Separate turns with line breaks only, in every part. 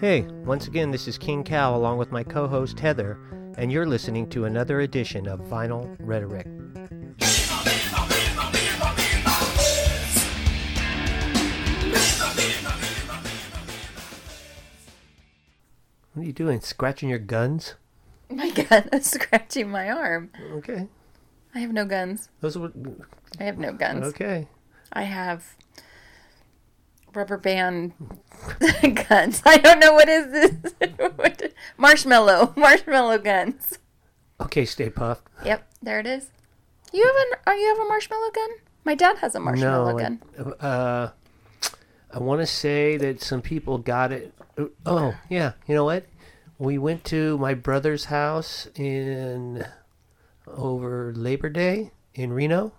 Hey, once again, this is King Cal along with my co host Heather, and you're listening to another edition of Vinyl Rhetoric. What are you doing? Scratching your guns?
My gun is scratching my arm.
Okay.
I have no guns.
Those were.
I have no guns.
Okay.
I have rubber band guns. I don't know what is this. What- marshmallow, marshmallow guns.
Okay, Stay Puffed.
Yep, there it is. You have an? Are you have a marshmallow gun? My dad has a marshmallow
no,
gun.
I- Uh, I want to say that some people got it. Oh, yeah. You know what? We went to my brother's house in over Labor Day in Reno,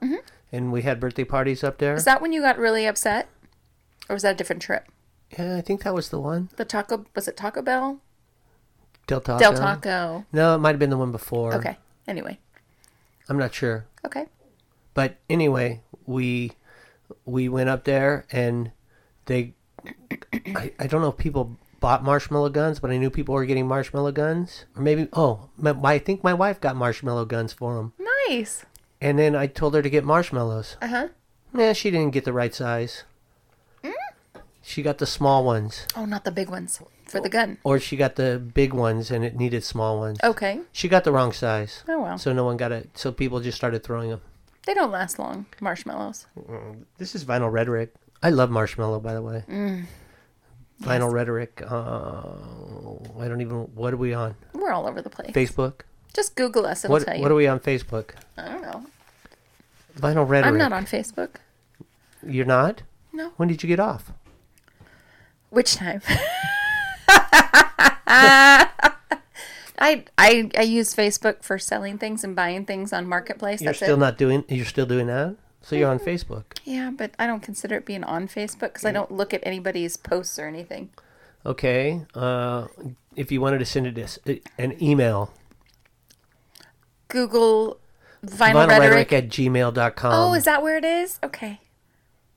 and we had birthday parties up there.
Mm-hmm. Is that when you got really upset, or was that a different trip?
yeah, I think that was the one.
The taco was it Taco Bell?
Del Taco.
Del Taco.
No, it might have been the one before.
Okay. Anyway.
I'm not sure.
Okay.
But anyway, we we went up there and they I, I don't know if people bought marshmallow guns, but I knew people were getting marshmallow guns. Or maybe oh, my, my- I think my wife got marshmallow guns for them.
Nice.
And then I told her to get marshmallows.
Uh huh.
Nah, she didn't get the right size. She got the small ones,
Oh, not the big ones for the gun.
or she got the big ones, and it needed small ones.
Okay.
She got the wrong size,
Oh well.
so no one got it. So people just started throwing them.
They don't last long, marshmallows.
This is Vinyl Rhetoric. I love Marshmallow, by the way.
Mm.
Vinyl Rhetoric. Uh, I don't even. What are we on?
We're all over the place.
Facebook.
Just Google us, it'll
What
tell you.
What are we on Facebook?
I don't know.
Vinyl Rhetoric.
I'm not on Facebook.
You're not.
No.
When did you get off?
Which time? I, I I use Facebook for selling things and buying things on Marketplace.
You're
That's
still
it. Mm-hmm.
not doing. You're still doing that. So you're on Facebook.
yeah, but I don't consider it being on Facebook because I don't look at anybody's posts or anything.
Okay. Uh, if you wanted to send it this, an email,
Google vinyl,
vinyl
rhetoric.
rhetoric at gmail.com.
Oh, is that where it is? Okay.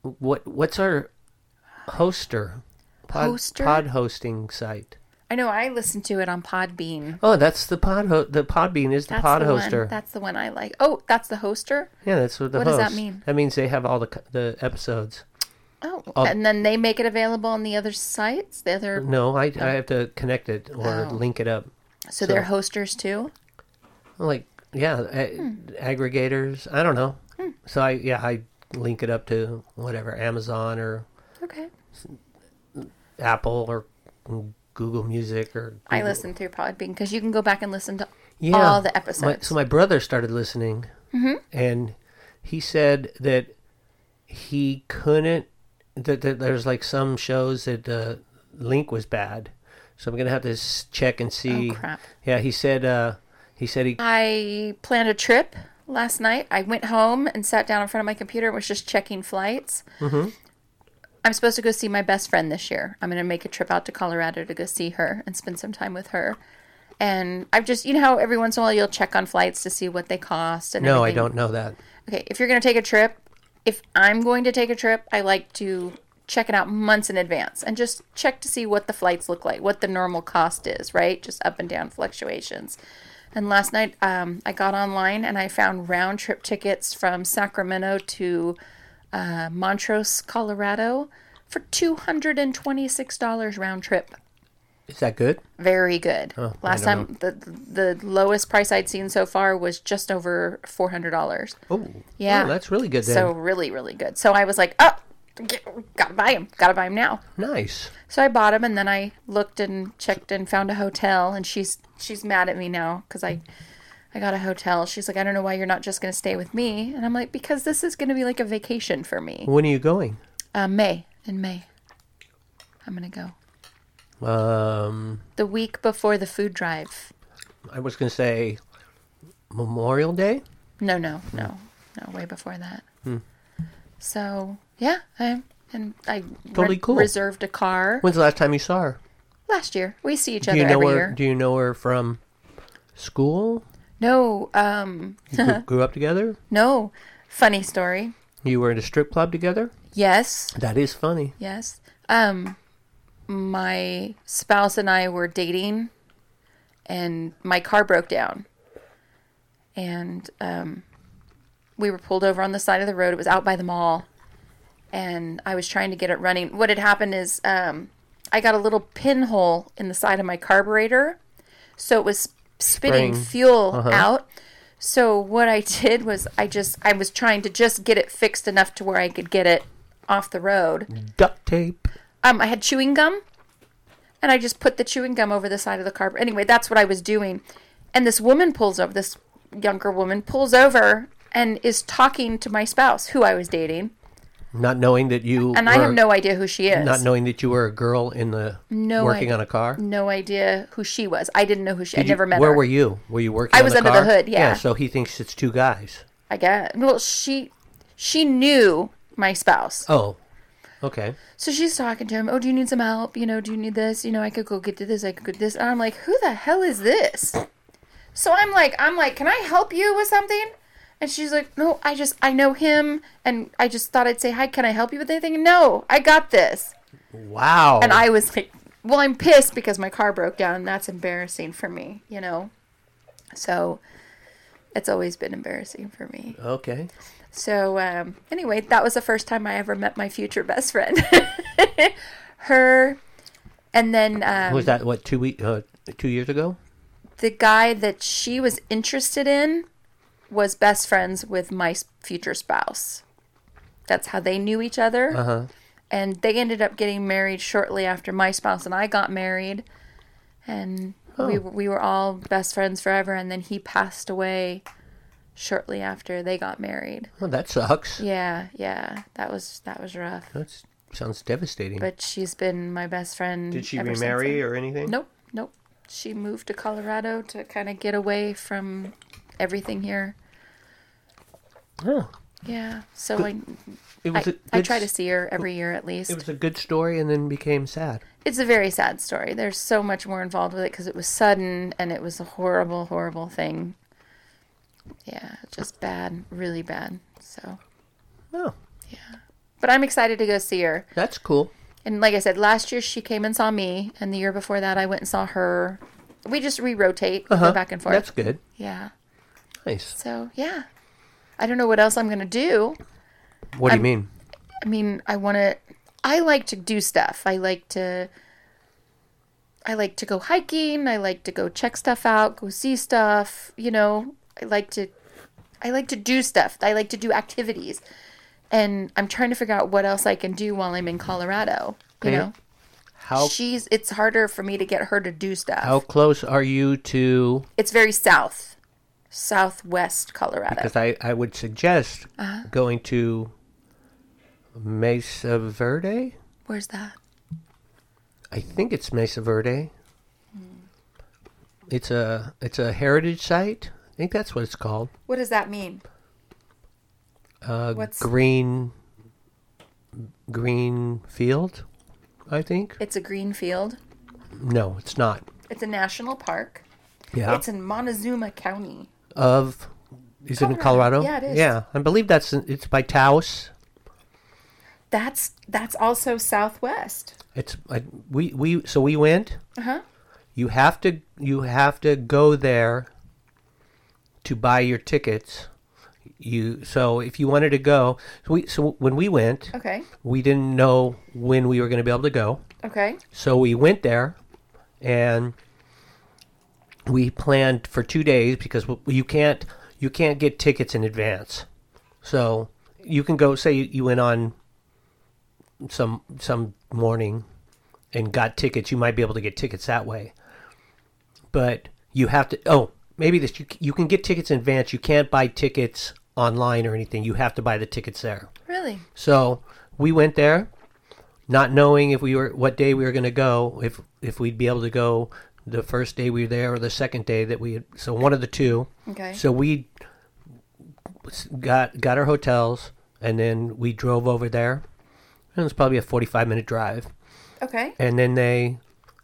what What's our hoster? Pod,
Hoster?
pod hosting site.
I know. I listen to it on Podbean.
Oh, that's the pod. Ho- the Podbean is the
That's
pod
the
hoster.
one. That's the one I like. Oh, that's the hoster.
Yeah, that's what the
What
host.
does that mean?
That means they have all the co- the episodes.
Oh, and then they make it available on the other sites. The other,
No, I, I have to connect it or
Oh.
link it up.
so, they're hosters too.
Like yeah, a-
Hmm.
aggregators. I don't know. So I yeah I link it up to whatever Amazon or
Okay,
Apple or Google Music or
I listen through Podbean because you can go back and listen to
yeah
all the
My,
episodes. Mm-hmm.
so my brother started listening, and he said that he couldn't. That, that there's like some shows that the link was bad, so I'm gonna have to s- check and see.
Oh, crap.
Yeah, he said. Uh, he said he.
I planned a trip last night. I went home and sat down in front of my computer and was just checking flights. Mm-hmm. I'm supposed to go see my best friend this year. I'm going to make a trip out to Colorado to go see her and spend some time with her. And I've just, you know how every once in a while you'll check on flights to see what they cost and
No, I
everything?
don't know that.
Okay, if you're going to take a trip, if I'm going to take a trip, I like to check it out months in advance and just check to see what the flights look like, what the normal cost is, right? Just up and down fluctuations. And last night, um, I got online and I found round trip tickets from Sacramento to uh, Montrose, Colorado for $226 round trip
Is that good?
very good. Last
I don't
time the the lowest price I'd seen so far was just over four hundred dollars.
Oh,
Yeah.
oh, that's really good. Then
So really, really good. So I was like, oh, get, gotta buy him, gotta buy him now.
nice.
So I bought him, and then I looked and checked and found a hotel. And she's she's mad at me now because I I got a hotel. She's like, I don't know why you're not just gonna stay with me. And I'm like, because this is gonna be like a vacation for me.
When are you going?
Uh, May in May, I'm gonna go
Um,
the week before the food drive.
I was gonna say Memorial Day.
No, no, no, no, way before that.
Hmm.
So yeah, I and I
Totally cool.
reserved a car
When's the last time you saw her?
last year. We see each
Do
other
you know
every
her?
year.
Do you know her from school?
No, um,
grew, grew up together.
no. Funny story.
You were in a strip club together.
Yes,
That is funny.
yes. Um, my spouse and I were dating, and my car broke down, and um, we were pulled over on the side of the road. It was out by the mall, and I was trying to get it running. What had happened is um, I got a little pinhole in the side of my carburetor, so it was spitting
Spraying.
fuel out. So what I did was I just I was trying to just get it fixed enough to where I could get it off the road
Duct tape.
um, I had chewing gum, and I just put the chewing gum over the side of the car. Anyway, that's what I was doing, and this woman pulls over. This younger woman pulls over and is talking to my spouse, who I was dating,
Not knowing that you
and
were,
I have no idea who she is.
not knowing that you were a girl in the
No
working
idea.
on a car.
no idea who she was. I didn't know who she. I
Did you-
never met
Where
her.
were you? Were you working?
I
on
was
the
under the
car?
hood, yeah.
So he thinks it's two guys.
I guess. Well, she she knew my spouse.
Oh, okay.
So she's talking to him. Oh, do you need some help? You know, do you need this? You know, I could go get to this. I could go to this. And I'm like, who the hell is this? So I'm like, I'm like, can I help you with something? And she's like, no, I just, I know him, and I just thought I'd say hi. Can I help you with anything? No, I got this.
Wow.
And I was like, well, I'm pissed because my car broke down. and That's embarrassing for me, you know. So it's always been embarrassing for me.
okay.
So um, anyway, that was the first time I ever met my future best friend. Her, and then um,
was that what two week uh, two years ago?
the guy that she was interested in was best friends with my s- future spouse. That's how they knew each other.
Uh-huh.
And they ended up getting married shortly after my spouse and I got married. And we,
Oh.
we were all best friends forever. And then he passed away shortly after they got married.
Well, that sucks.
Yeah, yeah, that was that was rough.
That sounds devastating.
But she's been my best friend.
Did she
ever since
remarry
then.
or anything?
Nope, nope. She moved to Colorado to kind of get away from everything here.
Oh,
Yeah, so
it
I,
was. a
I, I
good
try to
s-
see her every year at least.
It was a good story, and then became sad.
it's a very sad story. There's so much more involved with it because it was sudden and it was a horrible, horrible thing. Yeah, just bad, really bad. So,
Oh,
but I'm excited to go see her.
that's cool.
And like I said, last year she came and saw me, and the year before that I went and saw her. We just re rotate, go
Uh-huh.
back and forth.
That's good.
Yeah.
Nice.
So, yeah. I don't know what else I'm going to do.
What do
um,
you mean?
I mean, I want to, I like to do stuff. I like to, I like to go hiking. I like to go check stuff out, go see stuff. You know, I like to, I like to do stuff. I like to do activities. And I'm trying to figure out what else I can do while I'm in Colorado. You
Okay. Oh.
know?
How
she's it's harder for me to get her to do stuff.
how close are you to?
It's very south, southwest Colorado.
Because I I would suggest
Uh-huh.
going to Mesa Verde.
Where's that?
I think it's Mesa Verde.
Hmm.
It's a it's a heritage site. I think that's what it's called.
What does that mean?
Uh,
What's-
green green field? I think
It's a green field.
no, it's not.
It's a national park.
Yeah,
It's in Montezuma County.
of is it in
Colorado.
Colorado?
Yeah, it is.
Yeah, I believe that's in- it's by Taos.
That's that's also southwest.
It's I, we we so we went.
Uh huh.
You have to you have to go there to buy your tickets. You so if you wanted to go, so we so when we went,
Okay.
we didn't know when we were going to be able to go.
Okay.
So we went there, and we planned for two days because w- you can't you can't get tickets in advance. So you can go say you, you went on some some morning and got tickets. You might be able to get tickets that way, but you have to. Oh, maybe this you c- you can get tickets in advance. You can't buy tickets online or anything. You have to buy the tickets there.
Really?
So we went there, not knowing if we were what day we were going to go, if if we'd be able to go the first day we were there or the second day that we. So one of the two.
Okay.
So we got got our hotels, and then we drove over there. And it was probably a forty-five minute drive.
okay.
And then they,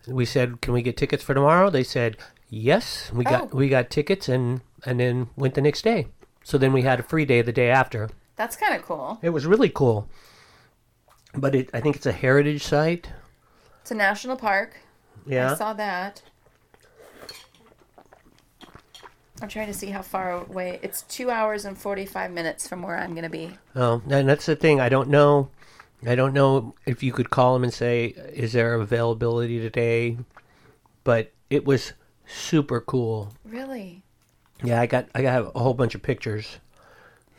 we said, "Can we get tickets for tomorrow?" They said, "Yes." We got
Oh.
we got tickets, and and then went the next day. So then we had a free day the day after.
That's kind of cool.
It was really cool. But it, I think it's a heritage site.
It's a national park. I
Yeah.
saw that. I'm trying to see how far away. It's two hours and 45 minutes from where I'm going to be.
Oh, and that's the thing. I don't know. I don't know if you could call them and say, "Is there availability today?" But it was super cool.
Really?
Yeah, I got I got a whole bunch of pictures.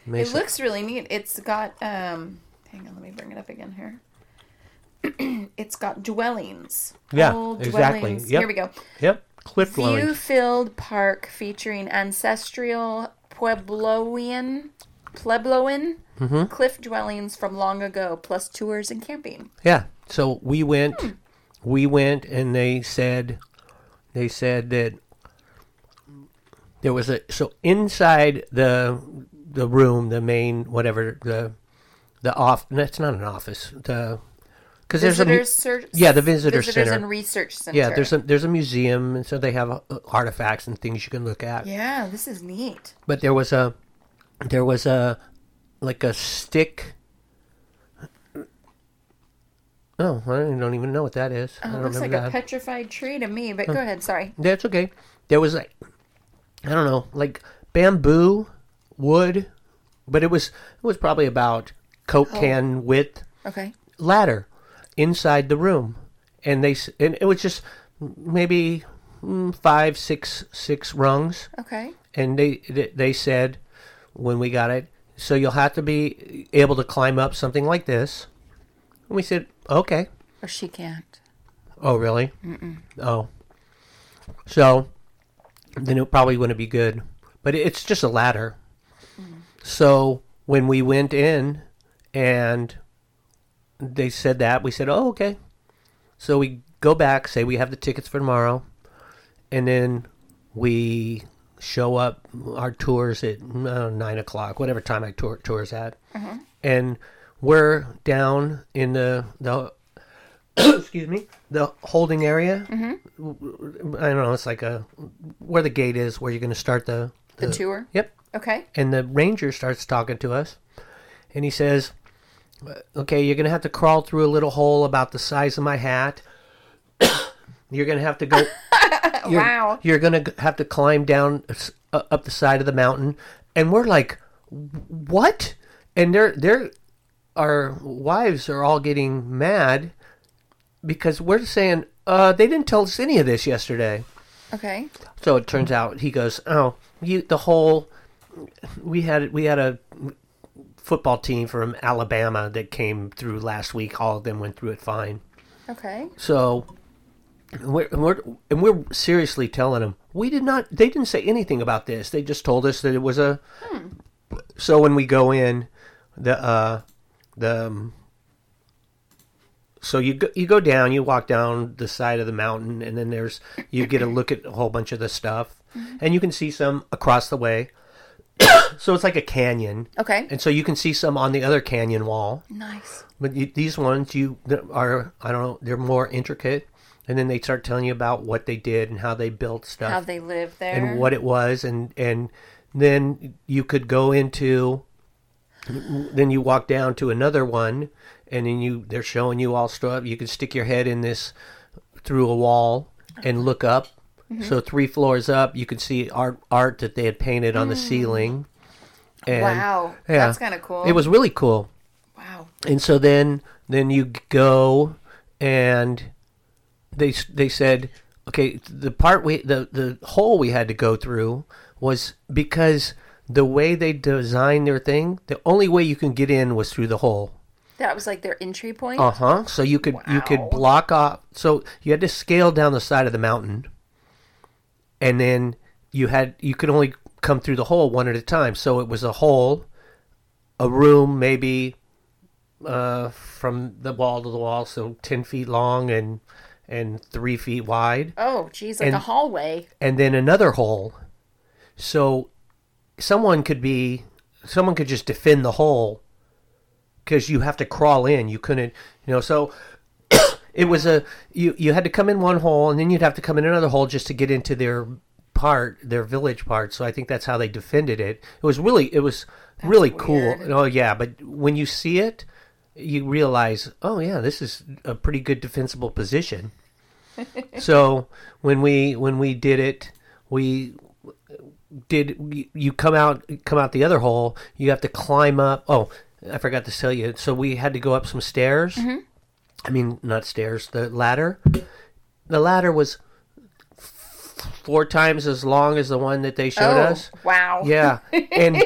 It
Mesa.
looks really neat. It's got, um, hang on, let me bring it up again here. it's got dwellings.
Yeah,
Old
exactly.
dwellings.
Yep.
Here we go.
yep, cliff
View
dwellings.
filled park featuring ancestral Puebloan, Puebloan
Mm-hmm.
cliff dwellings from long ago, plus tours and camping.
Yeah. So we went,
Hmm.
we went, and they said, they said that there was a so inside the the room, the main whatever the the off. That's not an office. The because there's a mu-
Visitors Sur-
yeah the visitor
Visitors
center.
and Research Center.
yeah, there's a there's a museum, and so they have uh, artifacts and things you can look at.
Yeah, this is neat.
but there was a there was a like a stick oh i don't even know what that is i
Oh,
don't
it looks like
remember
a
that
petrified tree to me, but go ahead. Sorry.
that's okay there was like i don't know like bamboo wood but it was it was probably about coke can width
Okay.
ladder inside the room, and they s- and it was just maybe mm, five, six, six rungs,
Okay.
and they they- they said when we got it, so you'll have to be able to climb up something like this, and we said okay,
Or she can't.
oh really, Mm-mm. oh, so then it probably wouldn't be good, but it- it's just a ladder, so when we went in and they said that we said oh okay so we go back say we have the tickets for tomorrow and then we show up our tours at uh, nine o'clock whatever time i tour tours at and we're down in the the excuse me the holding area mm-hmm. i don't know it's like a where the gate is where you're going to start the,
The tour?
yep
Okay.
and the ranger starts talking to us and he says okay you're gonna have to crawl through a little hole about the size of my hat you're gonna have to go you're,
Uh, Wow.
you're gonna g- have to climb down s- uh, up the side of the mountain and we're like what and they're they're our wives are all getting mad because we're saying uh, they didn't tell us any of this yesterday
Okay.
so it turns out he goes, "Oh, you the whole we had we had a football team from Alabama that came through last week. All of them went through it fine.
Okay.
So we're, and we're and we're seriously telling them we did not. They didn't say anything about this. They just told us that it was a. So when we go in, the uh, the um, so you go, you go down, you walk down the side of the mountain, and then there's you get a look at a whole bunch of the stuff, and you can see some across the way. so it's like a canyon,
Okay.
and so you can see some on the other canyon wall.
nice.
But you, these ones you that are I don't know they're more intricate, and then they start telling you about what they did and how they built stuff
How they live there.
and what it was and and then you could go into then you walk down to another one and then you they're showing you all stuff you could stick your head in this through a wall and look up
Mm-hmm.
so three floors up you could see art art that they had painted on the ceiling and
Mm. wow.
yeah.
That's kind of cool.
it was really cool
Wow.
and so then then you go and they they said okay the part we the the hole we had to go through was because the way they designed their thing the only way you can get in was through the hole
That was like their entry point.
uh-huh so you could you
Wow.
could block off so you had to scale down the side of the mountain and then you had you could only come through the hole one at a time so it was a hole a room maybe uh, from the wall to the wall so 10 feet long and and 3 feet wide
oh, geez, like a
and-
hallway.
and then another hole. So someone could be someone could just defend the hole because you have to crawl in. You couldn't, you know. So it was a you you had to come in one hole and then you'd have to come in another hole just to get into their part, their village part. So I think that's how they defended it. It was really it was really cool.
weird.
Oh yeah, but when you see it, you realize, oh yeah, this is a pretty good defensible position. so when we when we did it, we did you come out come out the other hole. You have to climb up. Oh, I forgot to tell you. So we had to go up some stairs. I mean, not stairs, the ladder. The ladder was f- four times as long as the one that they
Oh.
showed us.
wow.
Yeah, and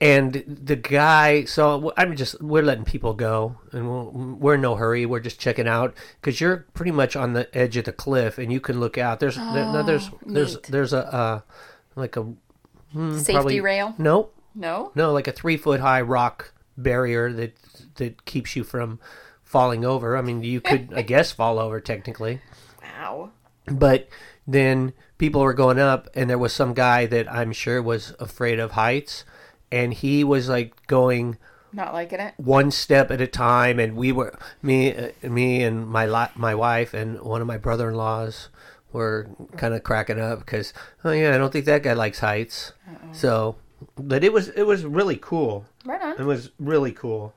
and the guy. So I'm just we're letting people go, and we'll, we're in no hurry. We're just checking out because you're pretty much on the edge of the cliff, and you can look out. There's there- no, there's there's
neat.
there's a uh, like a hmm,
Safety
probably-
rail?
Nope,
No?
no, like a three foot high rock barrier that that keeps you from falling over. I mean, you could I guess fall over technically
Wow.
but then people were going up and there was some guy that i'm sure was afraid of heights and he was like going
Not liking it.
one step at a time and we were me uh, me and my li my wife and one of my brother-in-laws were kind of cracking up because oh yeah i don't think that guy likes heights
Uh-uh.
so but it was it was really cool
Right
it
on.
was really cool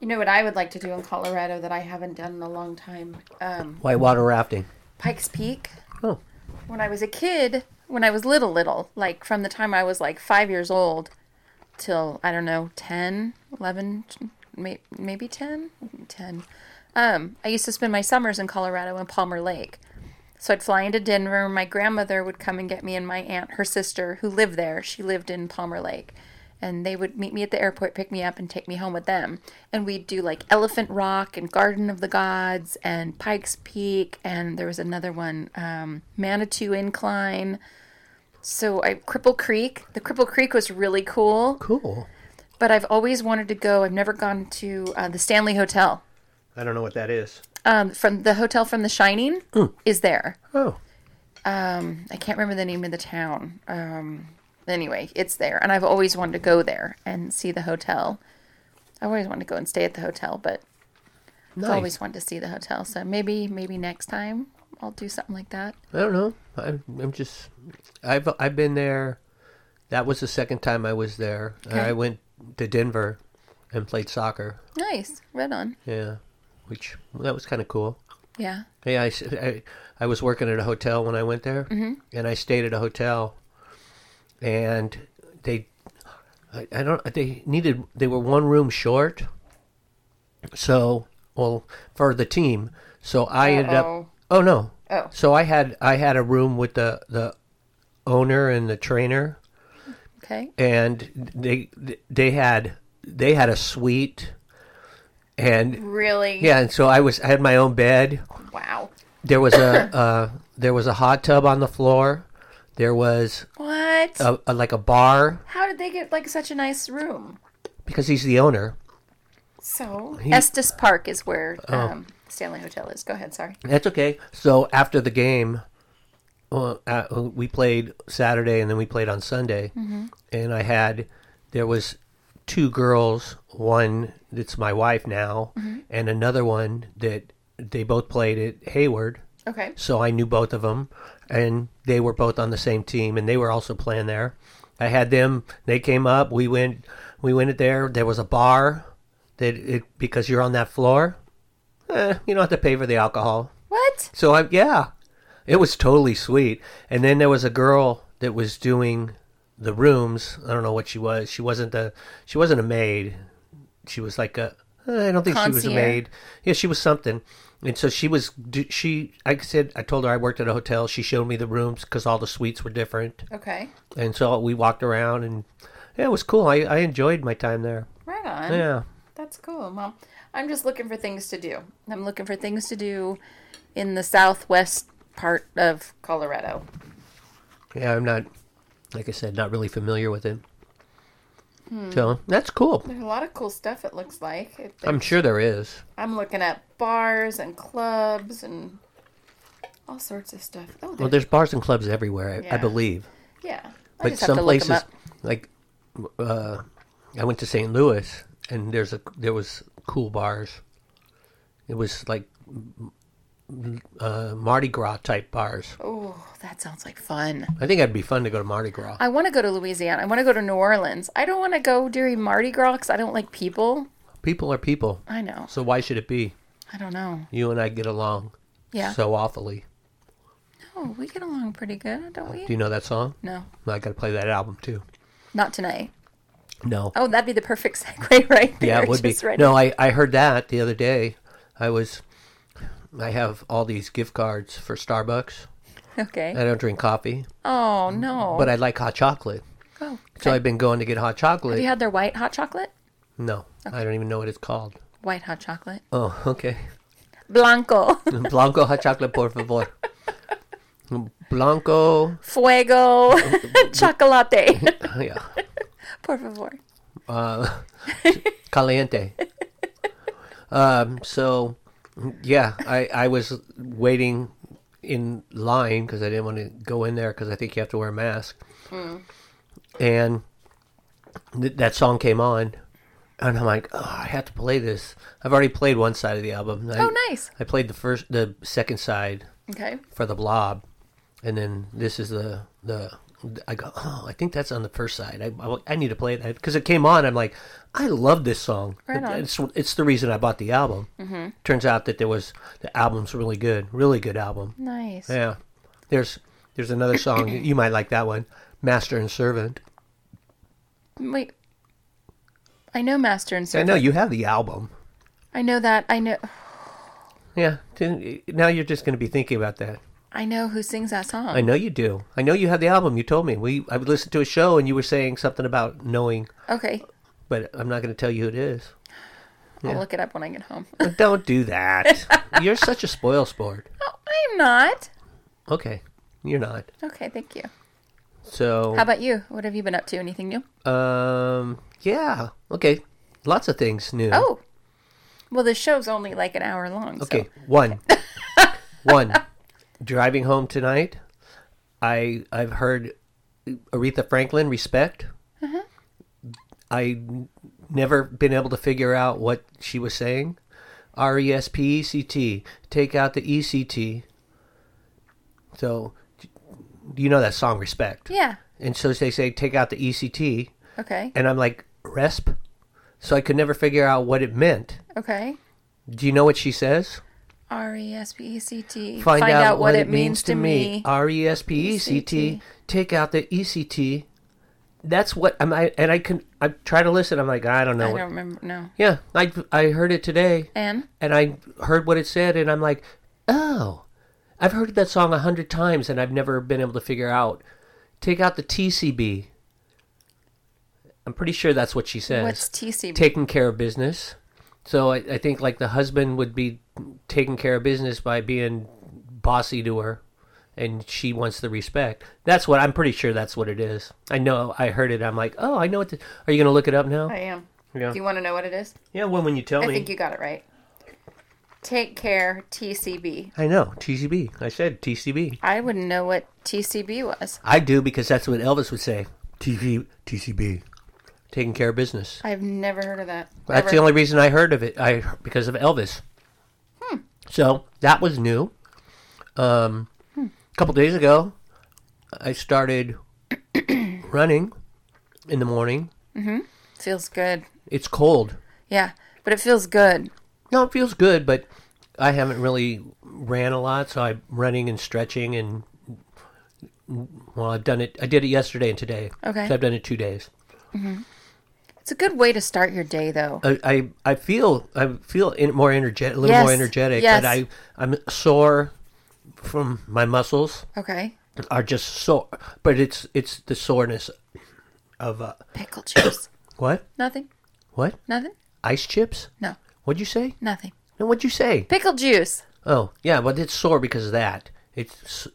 You know what I would like to do in Colorado that I haven't done in a long time? Um,
whitewater rafting
Pikes Peak.
oh
when I was a kid, when I was little, little, like from the time I was like five years old till, I don't know, 10, 11, may- maybe 10, 10. Um, I used to spend my summers in Colorado in Palmer Lake. So I'd fly into Denver. My grandmother would come and get me and my aunt, her sister, who lived there. She lived in Palmer Lake. And they would meet me at the airport, pick me up, and take me home with them. And we'd do like Elephant Rock and Garden of the Gods and Pikes Peak. And there was another one, um, Manitou Incline. So I Cripple Creek. The Cripple Creek was really cool,
cool
but I've always wanted to go. I've never gone to uh, the Stanley Hotel.
i don't know what that is
Um, from the hotel from The Shining is there.
oh
I can't remember the name of the town. Um, anyway, it's there, and I've always wanted to go there and see the hotel. I always wanted to go and stay at the hotel, but
nice.
I always wanted to see the hotel. So maybe, maybe next time I'll do something like that.
I don't know. I'm, I'm just. I've I've been there. That was the second time I was there. And I
Okay.
went to Denver and played soccer.
Nice, right on.
Yeah, which that was kind of cool.
Yeah.
Yeah, I, s- I- I was working at a hotel when I went there, and I stayed at a hotel, and they, I, I don't, they needed, they were one room short, so well for the team. So I ended up.
Uh-oh.
Oh no.
Oh.
So I had I had a room with the the owner and the trainer,
Okay.
and they they had they had a suite, and
Really?
yeah, and so I was I had my own bed.
Wow.
There was a uh, there was a hot tub on the floor. There was
What?
a, a, like a bar
How did they get like such a nice room?
because he's the owner.
So Estes Park is where
Oh.
um, Stanley Hotel is. Go ahead. Sorry.
That's okay. So after the game, well, uh, we played Saturday and then we played on Sunday, and I had there was two girls, one that's my wife now, and another one that they both played at Hayward.
Okay.
so I knew both of them, and they were both on the same team, and they were also playing there. I had them; they came up. We went, we went it there. There was a bar that it because you're on that floor, eh, you don't have to pay for the alcohol.
What?
So I, yeah, it was totally sweet. And then there was a girl that was doing the rooms. I don't know what she was. She wasn't the. She wasn't a maid. She was like a. eh, I don't think she was a
Concierge.
maid. Yeah, she was something. And so she was. d- She. I said. I told her I worked at a hotel. She showed me the rooms because all the suites were different.
Okay.
And so we walked around and. Yeah, it was cool. I, I enjoyed my time there.
Right on.
Yeah.
That's cool, Mom. I'm just looking for things to do. I'm looking for things to do in the southwest part of Colorado.
Yeah, I'm not, like I said, not really familiar with it. So that's cool.
There's a lot of cool stuff. It looks like it,
I'm sure there is.
I'm looking at bars and clubs and all sorts of stuff. Oh,
Well,
there-
there's bars and clubs everywhere, I, I
Yeah.
believe.
yeah. I
But
just
some
have to
places,
look 'em up.
like uh, I went to St. Louis, and there's a there was cool bars. It was like m- uh, Mardi Gras type bars.
Oh, that sounds like fun.
I think it'd be fun to go to Mardi Gras.
I want to go to Louisiana. I want to go to New Orleans. I don't want to go during Mardi Gras 'cause I don't like people.
People are people.
I know.
So why should it be?
I don't know.
You and I get along
Yeah.
so awfully.
oh, we get along pretty good, don't we?
Do you know that song?
No,
I got to play that album too.
not tonight.
No.
Oh, that'd be the perfect segue right there.
yeah, it would be.
just Right
No, I, I heard that the other day. I was, I have all these gift cards for Starbucks.
Okay.
I don't drink coffee,
Oh no.
but I like hot chocolate.
oh,
So I've been going to get hot chocolate.
have you had their white hot chocolate?
no, I don't even know what it's called.
White hot chocolate.
Oh, okay.
Blanco.
Blanco hot chocolate, por favor. Blanco,
Fuego. Chocolate.
yeah,
Por favor.
uh, caliente. Um, so, yeah, I, I was waiting in line because I didn't want to go in there because I think you have to wear a mask.
Hmm.
And th- that song came on, and I'm like, oh, I have to play this. I've already played one side of the album. I,
Oh, nice.
I played the first, the second side
Okay.
for the blob and then this is the the i go oh i think that's on the first side i, I, I need to play it because it came on i'm like i love this song
Right on.
it's, it's the reason i bought the album mm-hmm. turns out that there was the album's really good really good album
Nice.
yeah there's there's another song you might like that one master and servant
Wait. I know Master and
i
Servant.
know you have the album
I know that. I know.
yeah then- now you're just going to be thinking about that
I know who sings that song.
i know you do i know you have the album you told me we i listened to a show and you were saying something about knowing
okay.
but I'm not going to tell you who it is.
I'll look it up when I get home.
But don't do that. you're such a spoil sport.
Oh, I'm not.
Okay, you're not.
Okay, thank you.
So,
How about you? What have you been up to? Anything new?
um, yeah, okay, lots of things new.
Oh. Well, the show's only like an hour long. So.
okay, one, one. Driving home tonight, I I've heard Aretha Franklin respect.
Mm-hmm.
I n- never been able to figure out what she was saying. R E S P E C T. Take out the E C T. So, d- you know that song, Respect.
Yeah.
And so they say, take out the ECT.
Okay.
And I'm like, RESP? So I could never figure out what it meant.
Okay.
Do you know what she says?
R E S P E C T.
Find, out, what, it means to me. R E S P E C T.
ECT.
Take out the ECT. That's what I'm. I, and I can. I try to listen. I'm like, I don't know.
I
what-
don't remember. No.
Yeah, I I heard it today,
And
and I heard what it said, and I'm like, oh, I've heard that song a hundred times, and I've never been able to figure out. Take out the TCB. I'm pretty sure that's what she says
what's TCB?
taking care of business. So I, I think like the husband would be taking care of business by being bossy to her, and she wants the respect. That's what I'm pretty sure that's what it is. I know I heard it. I'm like, oh, I know what. The, are you gonna look it up now?
I am.
Yeah.
Do you want to know what it is?
Yeah. When when you tell
I
me,
think you got it right. Take care, TCB.
I know TCB. I said TCB.
I wouldn't know what TCB was.
I do because that's what Elvis would say. TV TCB, taking care of business.
I've never heard of that.
That's the
Ever.
only reason I heard of it. I because of Elvis. So that was new. Um, A couple days ago, I started running in the morning.
Feels good.
It's cold.
Yeah, but it feels good.
No, it feels good, but I haven't really ran a lot, so I'm running and stretching and well, I've done it. I did it yesterday and today.
Okay.
so I've done it two days.
It's a good way to start your day, though.
I, I, I feel I feel in, more energetic, a little more
Yes,
energetic.
yes.
And I I'm sore from my muscles
Okay.
are just sore, but it's it's the soreness of uh,
Pickle chips.
what
nothing.
what
Nothing.
ice chips?
No.
What'd you say?
Nothing.
No, what'd you say?
Pickle juice.
Oh yeah, but it's sore because of that. It's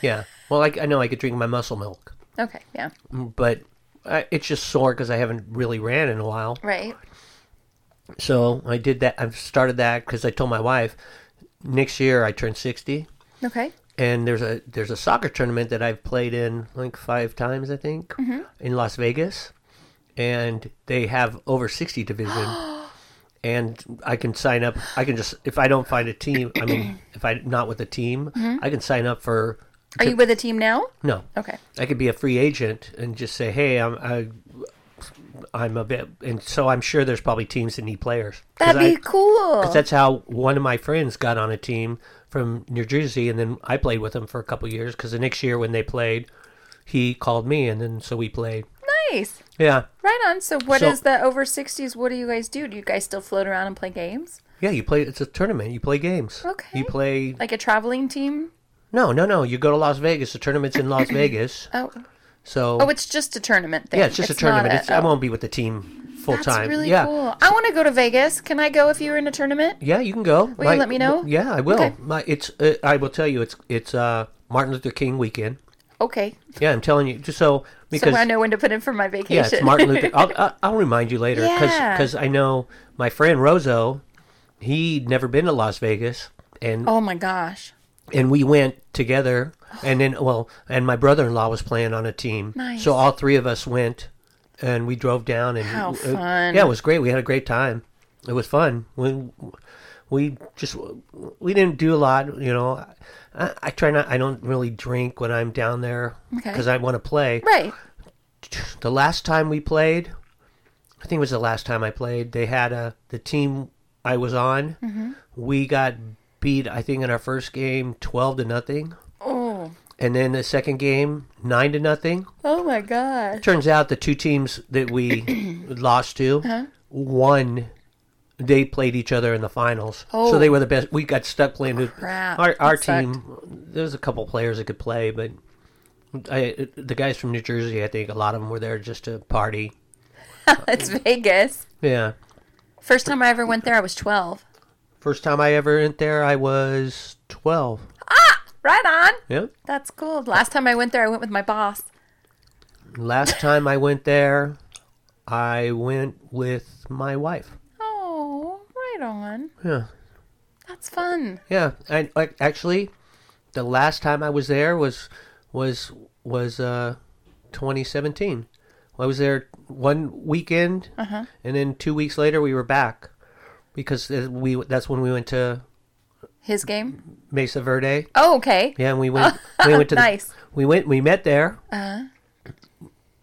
yeah. Well, I, I know I could drink my muscle milk,
Okay. Yeah.
but I, it's just sore because I haven't really ran in a while.
Right.
So I did that. I've started that because I told my wife next year I turn sixty.
Okay.
and there's a there's a soccer tournament that I've played in like five times I think
Mm-hmm.
in Las Vegas, and they have over sixty division, and I can sign up. I can just if I don't find a team, I mean if I'm not with a team,
Mm-hmm.
I can sign up for
Are you with a team now?
no.
Okay.
I could be a free agent and just say, hey, I'm I, I'm a bit, and so I'm sure there's probably teams that need players. 'Cause
That'd be
I-
cool.
'cause that's how one of my friends got on a team from New Jersey, and then I played with him for a couple of years. Because the next year when they played, he called me, and then so we played.
nice.
Yeah,
Right on. So, what is
So-
the over 60s? What do you guys do? Do you guys still float around and play games?
yeah. You play. It's a tournament. You play games.
Okay.
You play.
Like a traveling team?
No, no, no. You go to Las Vegas. The tournament's in Las Vegas.
Oh,
So
oh, it's just a tournament thing.
yeah, it's just a
not
tournament. it's, I
oh.
won't be with the team full
That's
time.
really
yeah.
cool. I want to go to Vegas. Can I go if you're in a tournament?
Yeah, you can go.
you let me know?
Yeah, I will.
Okay.
My it's uh, I will tell you it's it's uh, Martin Luther King weekend.
Okay.
Yeah, I'm telling you. Just so because
so I know when to put in for my vacation.
yeah, it's Martin Luther. I'll, I'll- I'll remind you later because
Yeah.
I know my friend Rozo, he'd never been to Las Vegas, and
oh my gosh.
and we went together, and then well, and my brother-in-law was playing on a team,
Nice.
so all three of us went, and we drove down and
How
it-
fun.
yeah, it was great. We had a great time. It was fun. We we just we didn't do a lot, you know. I, I try not. I don't really drink when I'm down there
Okay.
because I want to play
Right.
the last time we played, I think it was the last time I played. They had a the team I was on.
Mm-hmm.
We got beat. I think in our first game, twelve to nothing,
Oh.
and then the second game, nine to nothing.
Oh my gosh.
Turns out the two teams that we lost to
Uh-huh.
won. They played each other in the finals,
Oh.
so they were the best. We got stuck playing with
Crap,
our our
that sucked.
team. There's a couple players that could play, but I, the guys from New Jersey, I think a lot of them were there just to party.
it's Vegas.
Yeah.
First time I ever went there, I was 12.
First time I ever went there, I was 12.
Right on.
Yep.
That's cool. Last time I went there, I went with my boss.
Last time I went there, I went with my wife.
Oh, right on.
Yeah.
That's fun.
Yeah. And like, actually, the last time I was there was was was uh 2017. I was there one weekend, and then two weeks later we were back because uh, we that's when we went to
His game.
Mesa Verde.
Oh, okay.
Yeah, and we went. we went to the-
Nice.
we went. We met there. Uh-huh.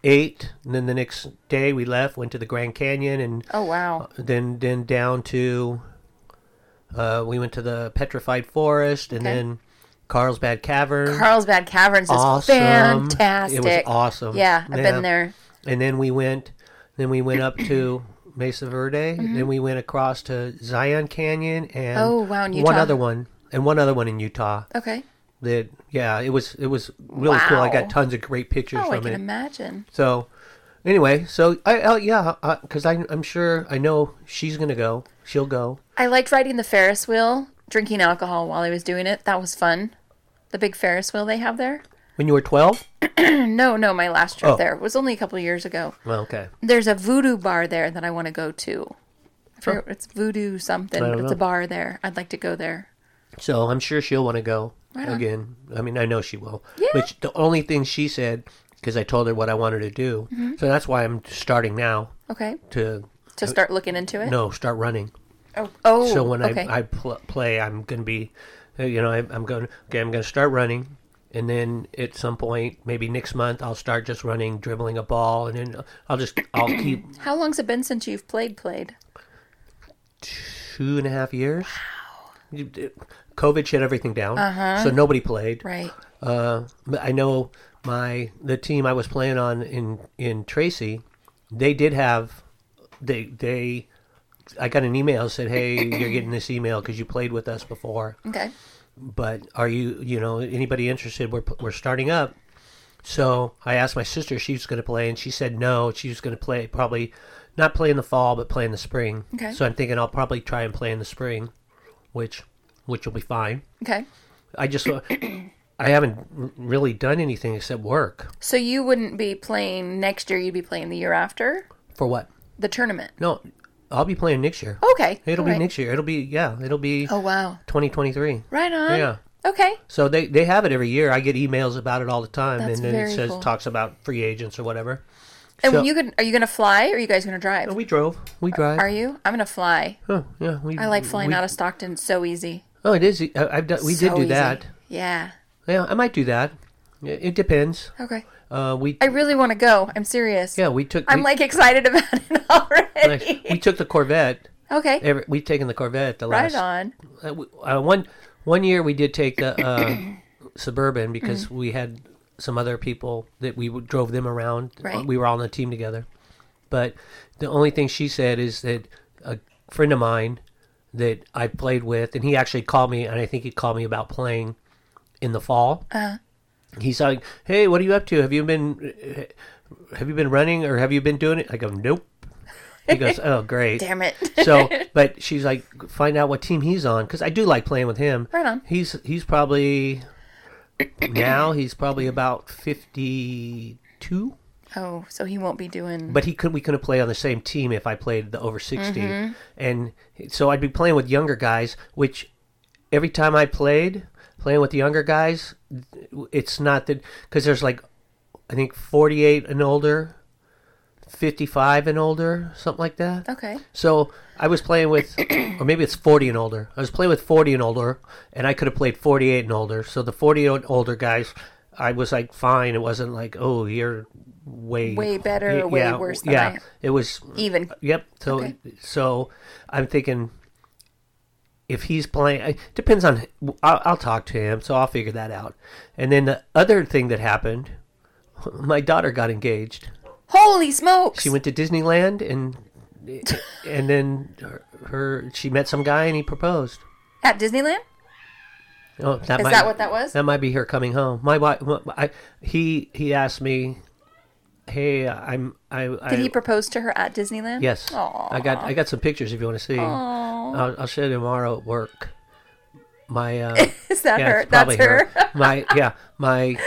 Ate, and then the next day we left. Went to the Grand Canyon, and uh,
Oh wow.
then then down to. Uh, we went to the Petrified Forest, and
Okay.
then Carlsbad Cavern.
Carlsbad Caverns is
Awesome.
fantastic.
It was awesome.
Yeah, I've
Yeah.
been there.
and then we went. Then we went up to Mesa Verde. Then we went across to Zion Canyon and
Mm-hmm. Oh, wow, in
one
Utah. Oh.
other one and one other one in Utah.
Okay.
That yeah, it was it was really cool. I
Wow.
got tons of great pictures
Oh, I
from
can
it.
imagine.
So, anyway, so I oh yeah, because I I'm sure I know she's gonna go. She'll go.
I liked riding the Ferris wheel, drinking alcohol while I was doing it. That was fun. The big Ferris wheel they have there.
When you were twelve.
No, no, my last trip
Oh.
there was only a couple of years ago.
Well, okay.
There's a voodoo bar there that I want to go to. I forget- It's voodoo something,
I
but
don't
it's
know.
a bar there. I'd like to go there.
So I'm sure she'll want to go again. I mean, I know she will. Yeah. Which the only thing she said because I told her what I wanted to do. So that's why I'm starting now
Okay.
to
To start looking into it.
no start running.
Oh, oh.
So when
okay.
I, I pl- play, I'm going to be, uh, you know, I, I'm going, okay, I'm going to start running. And then at some point, maybe next month, I'll start just running, dribbling a ball. And then I'll just, I'll keep
How long's it been since you've played? Played.
two and a half years. Wow. COVID shut everything down. So nobody played.
Right.
Uh, but I know my, the team I was playing on in, in Tracy, they did have, they, they, I got an email that said, hey, you're getting this email because you played with us before.
Okay.
but are you you know anybody interested we're, we're starting up so i asked my sister if she was going to play and she said no she was going to play probably not play in the fall but play in the spring
Okay.
so i'm thinking i'll probably try and play in the spring which which will be fine
Okay.
i just uh, i haven't r- really done anything except work
So you wouldn't be playing next year. You'd be playing the year after
for what
the tournament.
no i'll be playing next year
Okay.
it'll
all
be
right.
next year it'll be yeah it'll be
Oh wow.
2023
Right on.
Yeah.
Okay.
So they, they have it every year. I get emails about it all the time,
That's
and then it
very
says
cool.
talks about free agents or whatever.
And
So-
you can, are you going to fly or are you guys going to drive?
Oh, We drove. We drive.
Are you? I'm going to fly.
Oh, yeah, we,
I like flying
we,
out of Stockton so easy.
Oh, it is. I- I've done. We
So
did do
easy.
that.
Yeah.
Yeah, I might do that. It, it depends.
Okay.
Uh, we
I really want to go. I'm serious.
yeah we took
I'm
we,
like excited about it already.
we took the Corvette.
okay.
Every, we've taken the Corvette the
right
last
on.
uh, we- uh, one one year we did take the uh, suburban because we had some other people that we w- drove them around.
Right.
We were all on a team together. But the only thing she said is that a friend of mine that I played with, and he actually called me, and I think he called me about playing in the fall. Uh-huh. He's like, "Hey, what are you up to? Have you been uh, have you been running or have you been doing it?" I go, "Nope." He goes, "Oh, great."
Damn it.
so but she's like find out what team he's on because i do like playing with him
Right on.
he's he's probably now he's probably about 52
oh, so he won't be doing.
but he could we couldn't play on the same team if i played the over 60
Mm-hmm.
and so i'd be playing with younger guys which every time i played playing with the younger guys it's not that because there's like i think 48 and older 55 and older something like that
okay.
so I was playing with, or maybe it's 40 and older. I was playing with 40 and older, and I could have played 48 and older. So the 40 and older guys, I was like, fine. It wasn't like, oh, you're way
Way better or way worse than
yeah,
I-
it was.
Even.
Yep. So
Okay.
so I'm thinking if he's playing it depends on I'll, I'll talk to him so I'll figure that out. And then the other thing that happened, my daughter got engaged.
Holy smokes.
She went to Disneyland and and then her, her she met some guy and he proposed.
At Disneyland?
Oh, that
Is
might,
that what that was?
That might be her coming home. My wife, I, he he asked me, "Hey, I'm I." I
Did he propose to her at Disneyland?
yes,
Aw.
I got I got some pictures if you want to see. I'll, I'll show you tomorrow at work. My uh,
Is that
yeah,
her?
it's probably
That's her.
my yeah, my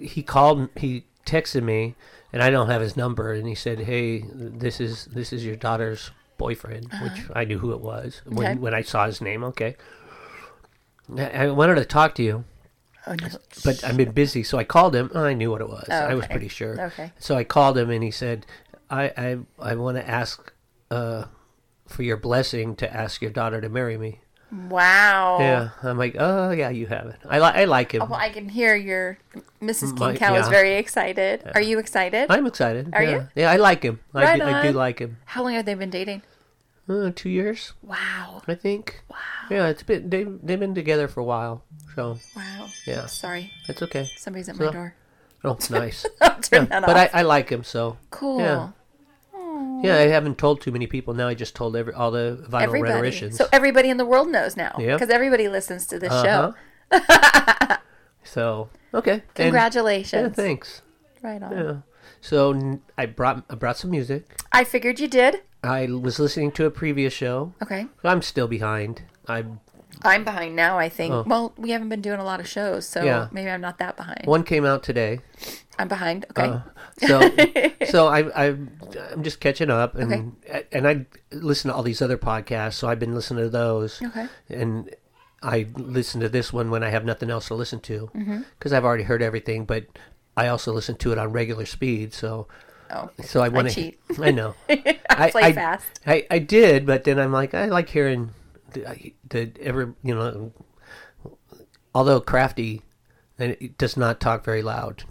he called he texted me and I don't have his number and he said, "Hey, this is this is your daughter's boyfriend," which I knew who it was when
Uh-huh. Okay.
when I saw his name, okay. I I wanted to talk to you,
Oh, no.
but I've been busy, so I called him. I knew what it was. I was
Oh, okay.
pretty sure.
Okay.
So I called him, and he said, "I I, I want to ask uh, for your blessing to ask your daughter to marry me."
Wow. Oh,
Yeah, I'm like, oh yeah, you have it. I like I like him.
Well, I can hear your Mrs.
My-
King Cow is
yeah.
very excited. Are you excited?
I'm excited.
Are
yeah.
you?
Yeah, I like him. I,
Right
do, I do
on.
like him.
How long have they been dating?
Uh, two years,
Wow.
I think. Wow. Yeah, it's been they they've been together for a while, so
Wow.
Yeah.
Sorry.
it's okay.
Somebody's at
So-
my door.
Oh, nice.
I'll turn that
but
off.
I, I like him so.
cool.
yeah. Yeah, I haven't told too many people now. I just told every all the vinyl
Everybody.
rhetoricians.
So everybody in the world knows now.
Yeah.
Because everybody listens to this show.
Uh-huh. so okay. And- yeah,
Congratulations.
thanks.
right on.
Yeah. So n- I brought I brought some music.
I figured you did.
I was listening to a previous show.
Okay.
I'm still behind. I'm
I'm behind now, I think. Well, we haven't been doing a lot of shows, so
Oh. Yeah.
maybe I'm not that behind.
one came out today. Uh,
I'm behind. Okay.
so so I, I I'm just catching up and and I listen to all these other podcasts so I've been listening to those
Okay.
and I listen to this one when I have nothing else to listen to
Mm-hmm.
because I've already heard everything but I also listen to it on regular speed so
oh.
so I want to
cheat.
I know I, I-
play fast.
I, I did but then I'm like I like hearing the, the ever you know although crafty and does not talk very loud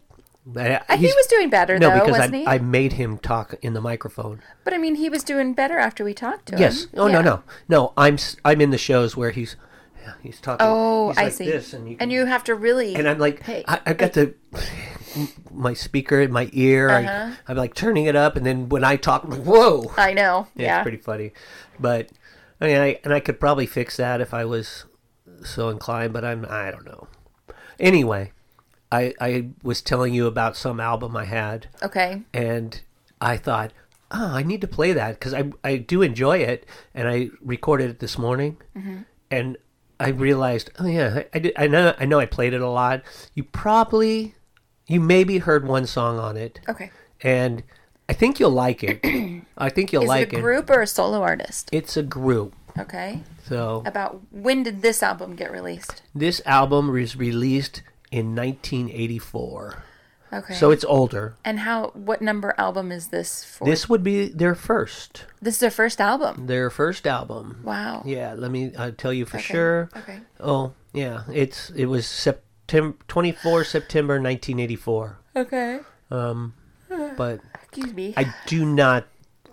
I,
I- he was doing better
no,
though,
because
wasn't
I,
he?
I made him talk in the microphone.
But I mean, he was doing better after we talked to him.
Yes. Oh
Yeah.
no no no. I'm s- I'm in the shows where he's yeah, he's talking.
Oh,
he's
I
like
see.
This and, you can-
have to really.
and I'm like
Hey,
I, I've got the my speaker in my ear.
Uh-huh.
I, am like turning it up, and then when I talk, whoa,
I know. Yeah.
it's pretty funny. But I mean, I, and I could probably fix that if I was so inclined, but I'm I don't know. Anyway, I I was telling you about some album I had.
Okay.
and I thought, oh, I need to play that because I I do enjoy it, and I recorded it this morning,
Mm-hmm.
and I realized, oh yeah, I, I did. I know I know I played it a lot. You probably, you maybe heard one song on it,
Okay.
and I think you'll like it. I think you'll
Is
like
it a group or a solo artist?
It's a group.
Okay.
So
About when did this album get released?
this album was released in 1984,
Okay.
so it's older.
and how? What number album is this for? This,
This would be their first,
is their first album.
their first album.
Wow.
Yeah, let me uh, tell you for
Okay.
sure.
Okay.
Oh yeah, it's it was sep- September 24 September 1984.
Okay.
Um,
Hmm.
but
Excuse me.
I do not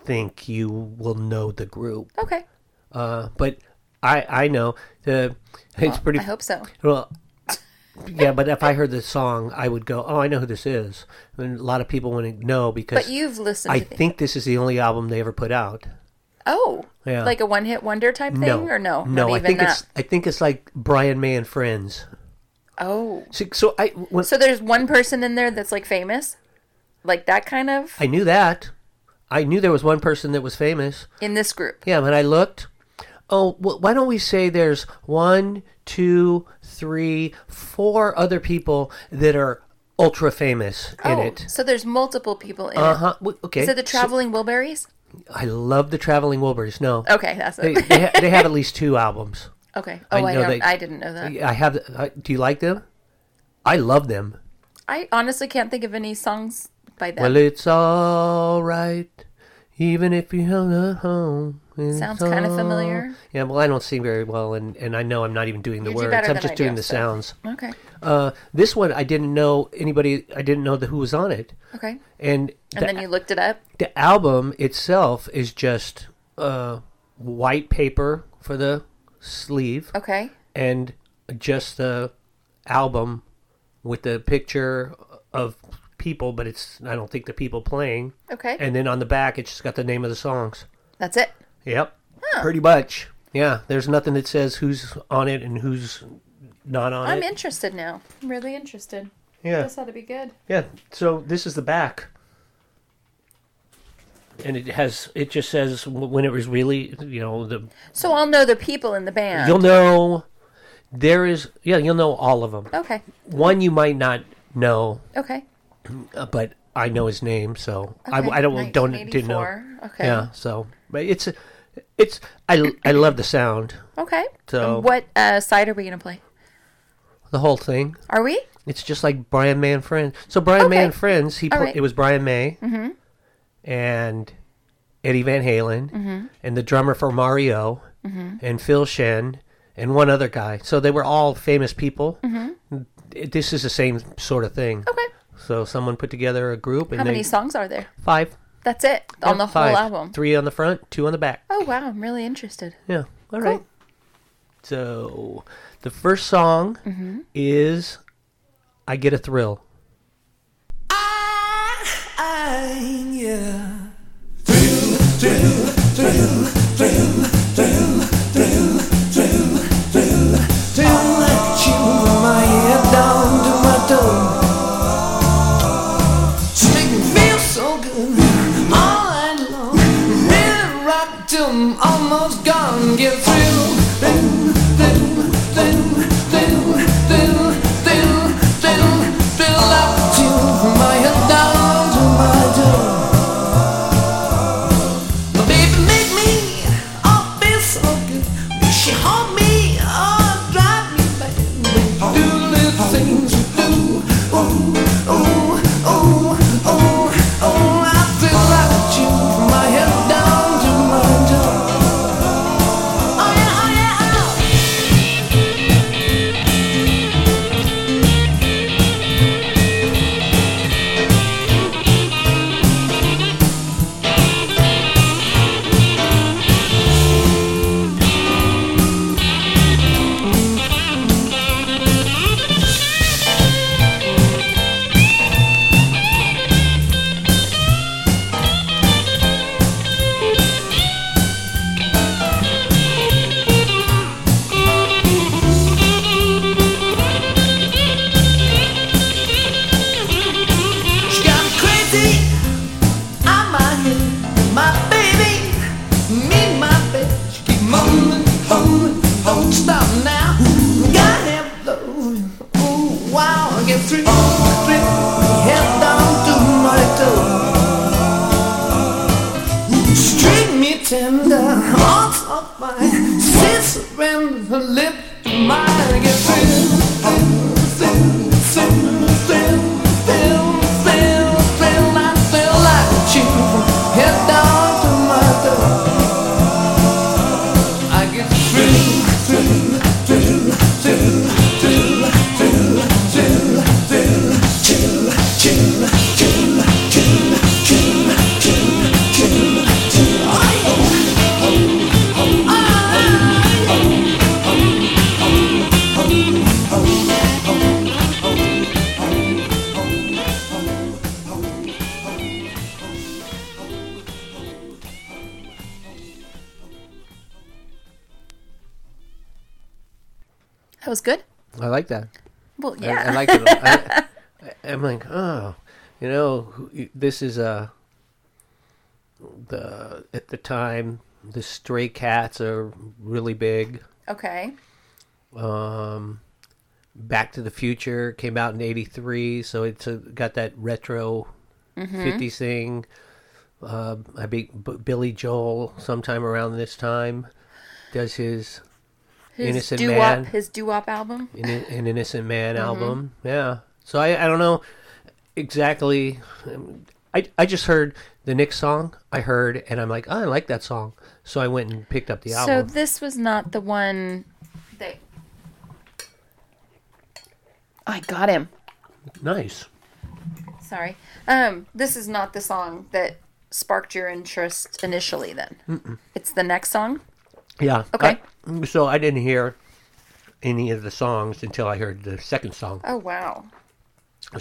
think you will know the group.
okay.
Uh, but I I know the it's pretty
I hope so.
well. Yeah, but if I heard the song, I would go, "Oh, I know who this is." And a lot of people wouldn't know because
But you've listened
I
to the-
think this is the only album they ever put out.
Oh.
Yeah.
Like a one hit wonder type
No,
thing or no?
no.
Not
I
even
think
that.
it's I think it's like Brian May and Friends.
Oh.
So, so I when,
So there's one person in there that's like famous? Like that kind of
I knew that. I knew there was one person that was famous.
in this group.
Yeah, when I looked, oh, wh- why don't we say there's one, two, three, four other people that are ultra famous in
oh,
it.
so there's multiple people in
Uh
it.
huh. Okay.
Is it the
So-
Traveling Wilburys?
I love the Traveling Wilburys. No,
Okay, that's
they,
it.
they, ha- they have at least two albums.
okay. Oh, I,
know
don't,
they-
I didn't know that.
I have. I, do you like them? I love them.
I honestly can't think of any songs by them.
Well, it's all right, even if you don't know home. It's
Sounds kinda
all-
familiar.
Yeah, well, I don't sing very well, and, and I know I'm not even doing the
You do
words.
better
I'm
than
just
I
doing
do,
the
so.
sounds.
okay.
Uh, this one, I didn't know anybody. I didn't know the, who was on it,
Okay.
and the,
And then you looked it up.
the album itself is just uh, white paper for the sleeve
Okay.
and just the album with the picture of people, but it's I don't think the people playing.
Okay.
And then on the back, it's just got the name of the songs.
that's it.
Yep, pretty much. Yeah, there's nothing that says who's on it and who's not on
I'm
it.
interested now. I'm really interested.
Yeah,
This ought to be good.
yeah. So this is the back, and it has it just says w- when it was really you know the
So I'll know the people in the band.
you'll know there is yeah you'll know all of them.
Okay.
One you might not know
Okay.
Uh, but I know his name, so
Okay,
I, I don't don't didn't know.
1984. Okay.
Yeah, so but it's it's I I love the sound,
Okay.
So-
And what uh, side are we gonna play?
the whole thing.
Are we?
It's just like Brian May and Friends. So Brian May
Okay. Mm-hmm.
and Friends, he
All
pla-
right.
it was Brian May and Eddie Van Halen
Mm-hmm.
and the drummer for Mario and Phil Shen and one other guy. So they were all famous people.
Mm-hmm.
It- This is the same sort of thing.
Okay.
So someone put together a group and
Oh. How
they
many songs are there?
five
That's it on the
Yeah,
whole
five.
album.
Three on the front, two on the back.
Oh wow, I'm really interested.
Yeah. all right. So the first song
Mm-hmm.
is I Get a Thrill.
She make me feel so good all night long. Really rock till I'm almost gone. Get through, through, through, through, through, through, through, through, through, up till my head down to my door. But baby, make me all feel so good. Will she hold me or drive me back? Do little things oh, we do. Ooh, ooh, ooh, ooh, ooh. oh, I feel like a tune from my head down to my toe. Oh yeah, oh yeah, oh. She got me crazy. I'm out here with my baby. Me, my baby. She keep moaning, moaning, don't stop now. Got him blowing. Ooh, wow. I get through, through, head down to my toe. She treat me tender, heart's on mine. Sits around her lip to mine. I get through, through, through, through, through. Feel, feel, feel, I feel like a tune from head down to my door. I get through, through, through, through, through, through, through,
That was good.
I like that.
Well,
I-
yeah.
I, like it. I, I- I'm like, oh, you know, who- this is uh, the at the time the stray cats are really big.
okay.
Um, Back to the Future came out in '83, so it's uh got that retro '50s thing. Uh, I think B- Billy Joel, sometime around this time, does his
His
Innocent
doo-wop,
Man.
His doo-wop album.
an, an Innocent Man
Mm-hmm.
album. Yeah. So I, I don't know exactly. um, I, I just heard the Nick song. I heard, and I'm like, oh, I like that song. So I went and picked up the
So
album.
this was not the one that I got him.
nice.
Sorry. Um, this is not the song that sparked your interest initially. Then it's the next song.
Yeah.
Okay.
I- so I didn't hear any of the songs until I heard the second song.
Oh wow!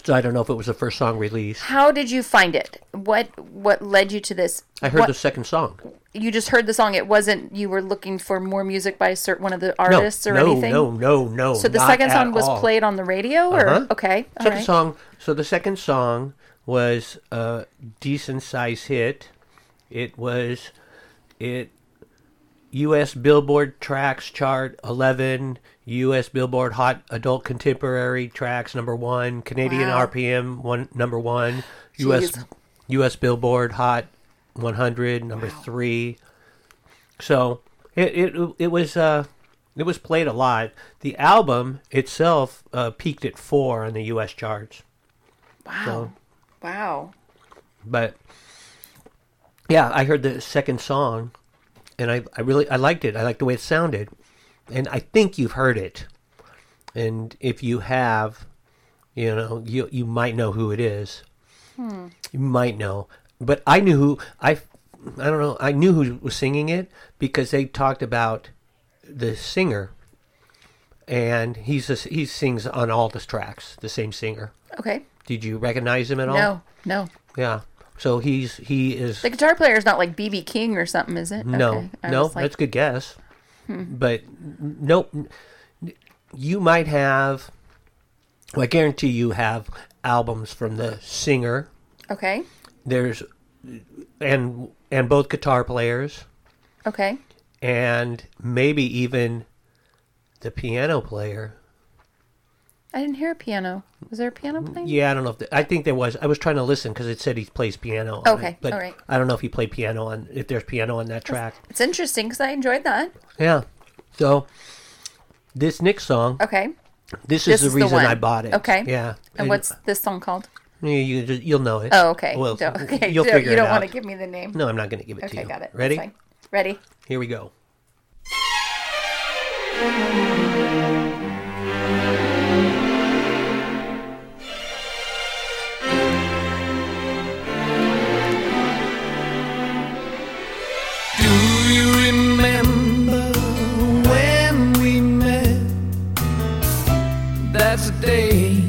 So I don't know if it was the first song released.
How did you find it? What what led you to this?
I heard
What-
the second song.
You just heard the song. It wasn't you were looking for more music by a certain one of the artists
no,
or
no,
anything.
no, no, no.
So the
not
second
at
song was
all.
played on the radio, or
Uh-huh.
okay, all
Second
right.
song. So the second song was a decent size hit. It was it U.S. Billboard Tracks Chart 11, U.S. Billboard Hot Adult Contemporary Tracks Number One, Canadian
Wow.
RPM One Number One, U.S.
Jeez.
U.S. Billboard Hot 100 Number Three. So it it it was uh it was played a lot. The album itself uh, peaked at four on the U.S. charts,
Wow,
so-
wow.
but yeah, I heard the second song, and I I really I liked it. I liked the way it sounded, and I think you've heard it, and if you have, you know you you might know who it is. You might know, but I knew who I. I don't know. I knew who was singing it because they talked about the singer, and he's a, he sings on all the tracks. The same singer.
Okay,
Did you recognize him at all?
no, no.
Yeah. So he's he is
The guitar player is not like BB King or something, is it?
no
okay. I
no
was like, hmm.
that's a good guess, but n- nope. n- You might have. Well, I guarantee you have albums from the singer.
okay,
There's and and both guitar players
okay.
and maybe even the piano player.
I didn't hear a piano. Was there a piano playing?
Yeah, I don't know if the, I think there was. I was trying to listen because it said he plays piano. on it,
Okay,
but
all right.
I don't know if he played piano on if there's piano on that track.
It's interesting because I enjoyed that.
Yeah. So this Nick song,
Okay, and,
this, is
this is the
the reason
one.
I bought it.
Okay.
Yeah.
what's this song called?
you, you just, you'll know it.
Oh, okay.
uh, Well,
Don't- okay.
you'll
so
figure
you
it
don't
out.
want to give me the name.
No, I'm not going to give it to
okay,
you.
got it. That's
Ready?
fine. Ready.
Here we go.
Do you remember when we met? That's the day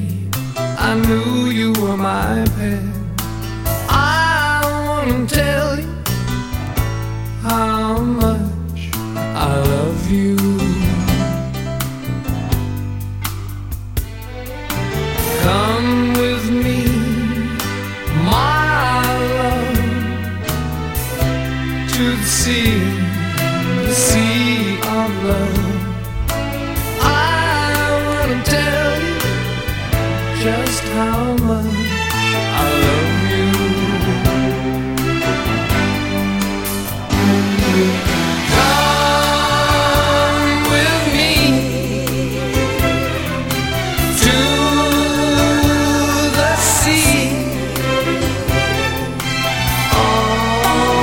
I knew you were my pet. I wanna tell you how much I love you. Come with me, my love to the sea, the sea of love. I wanna tell you just how much I love you. Come with me to the sea. oh, oh,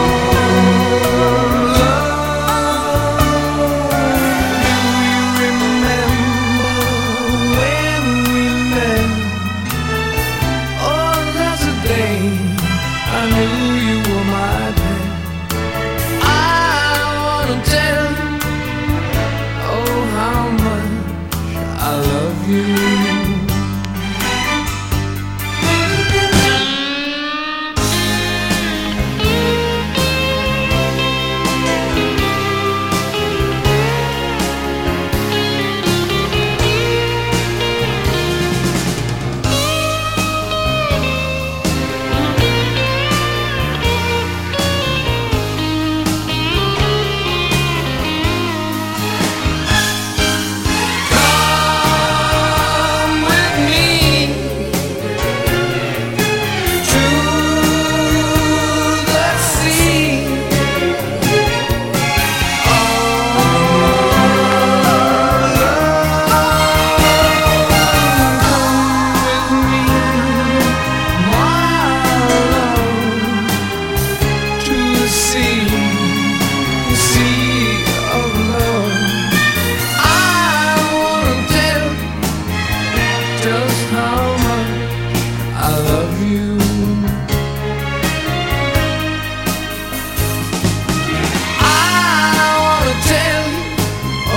oh,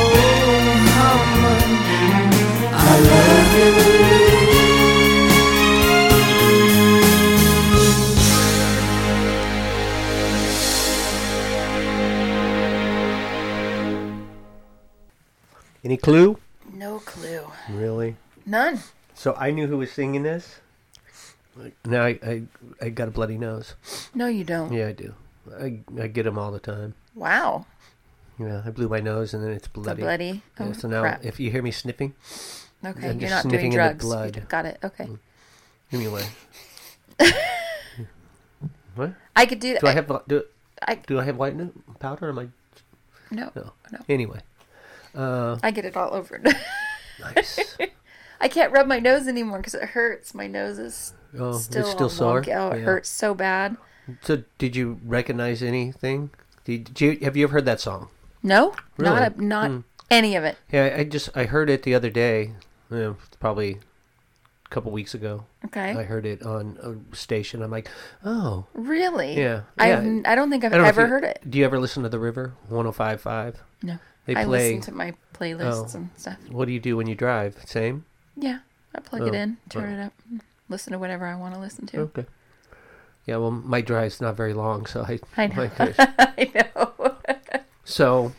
Any clue?
No clue.
Really?
None.
So I knew who was singing this. Now I, I, I got a bloody nose.
No, you don't.
Yeah, I do. I, I get them all the time.
Wow.
Yeah, I blew my nose and then it's
The
bloody.
bloody.
Yeah,
Oh,
so now
crap.
if you hear me sniffing,
Okay,
I'm
you're
just
not doing
sniffing in the
drugs. You
blood. Mm.
d- Got it. Okay.
give me away. what?
I could do that.
Do I have do
I-
do I have whitening powder? Or am I
no,
no?
no.
Anyway, Uh,
I get it all over.
nice. Oh,
I can't rub my nose anymore because it hurts. My nose is
Oh,
still,
it's still
all
sore.
wonky. Oh, it
Yeah.
hurts so bad.
So, did you recognize anything? Did, did you have you ever heard that song?
No, not a,
Really? Mm.
not any of it.
Yeah, I- I just I heard it the other day, eh, probably a couple weeks ago.
Okay.
I heard it on a station. I'm like, oh,
Really?
Yeah,
I
yeah.
n- I don't think I've
I don't know if
ever
you-
heard it.
Do you ever listen to the river 105.5?
No.
They
I
play.
listen to my playlists
Oh.
and stuff.
What do you do when you drive? Same.
Yeah. I plug
Oh,
it in, turn it up, listen to whatever I want to listen to.
Okay. Yeah. Well, my drive's not very long, so I.
I know.
like this.
I know.
so,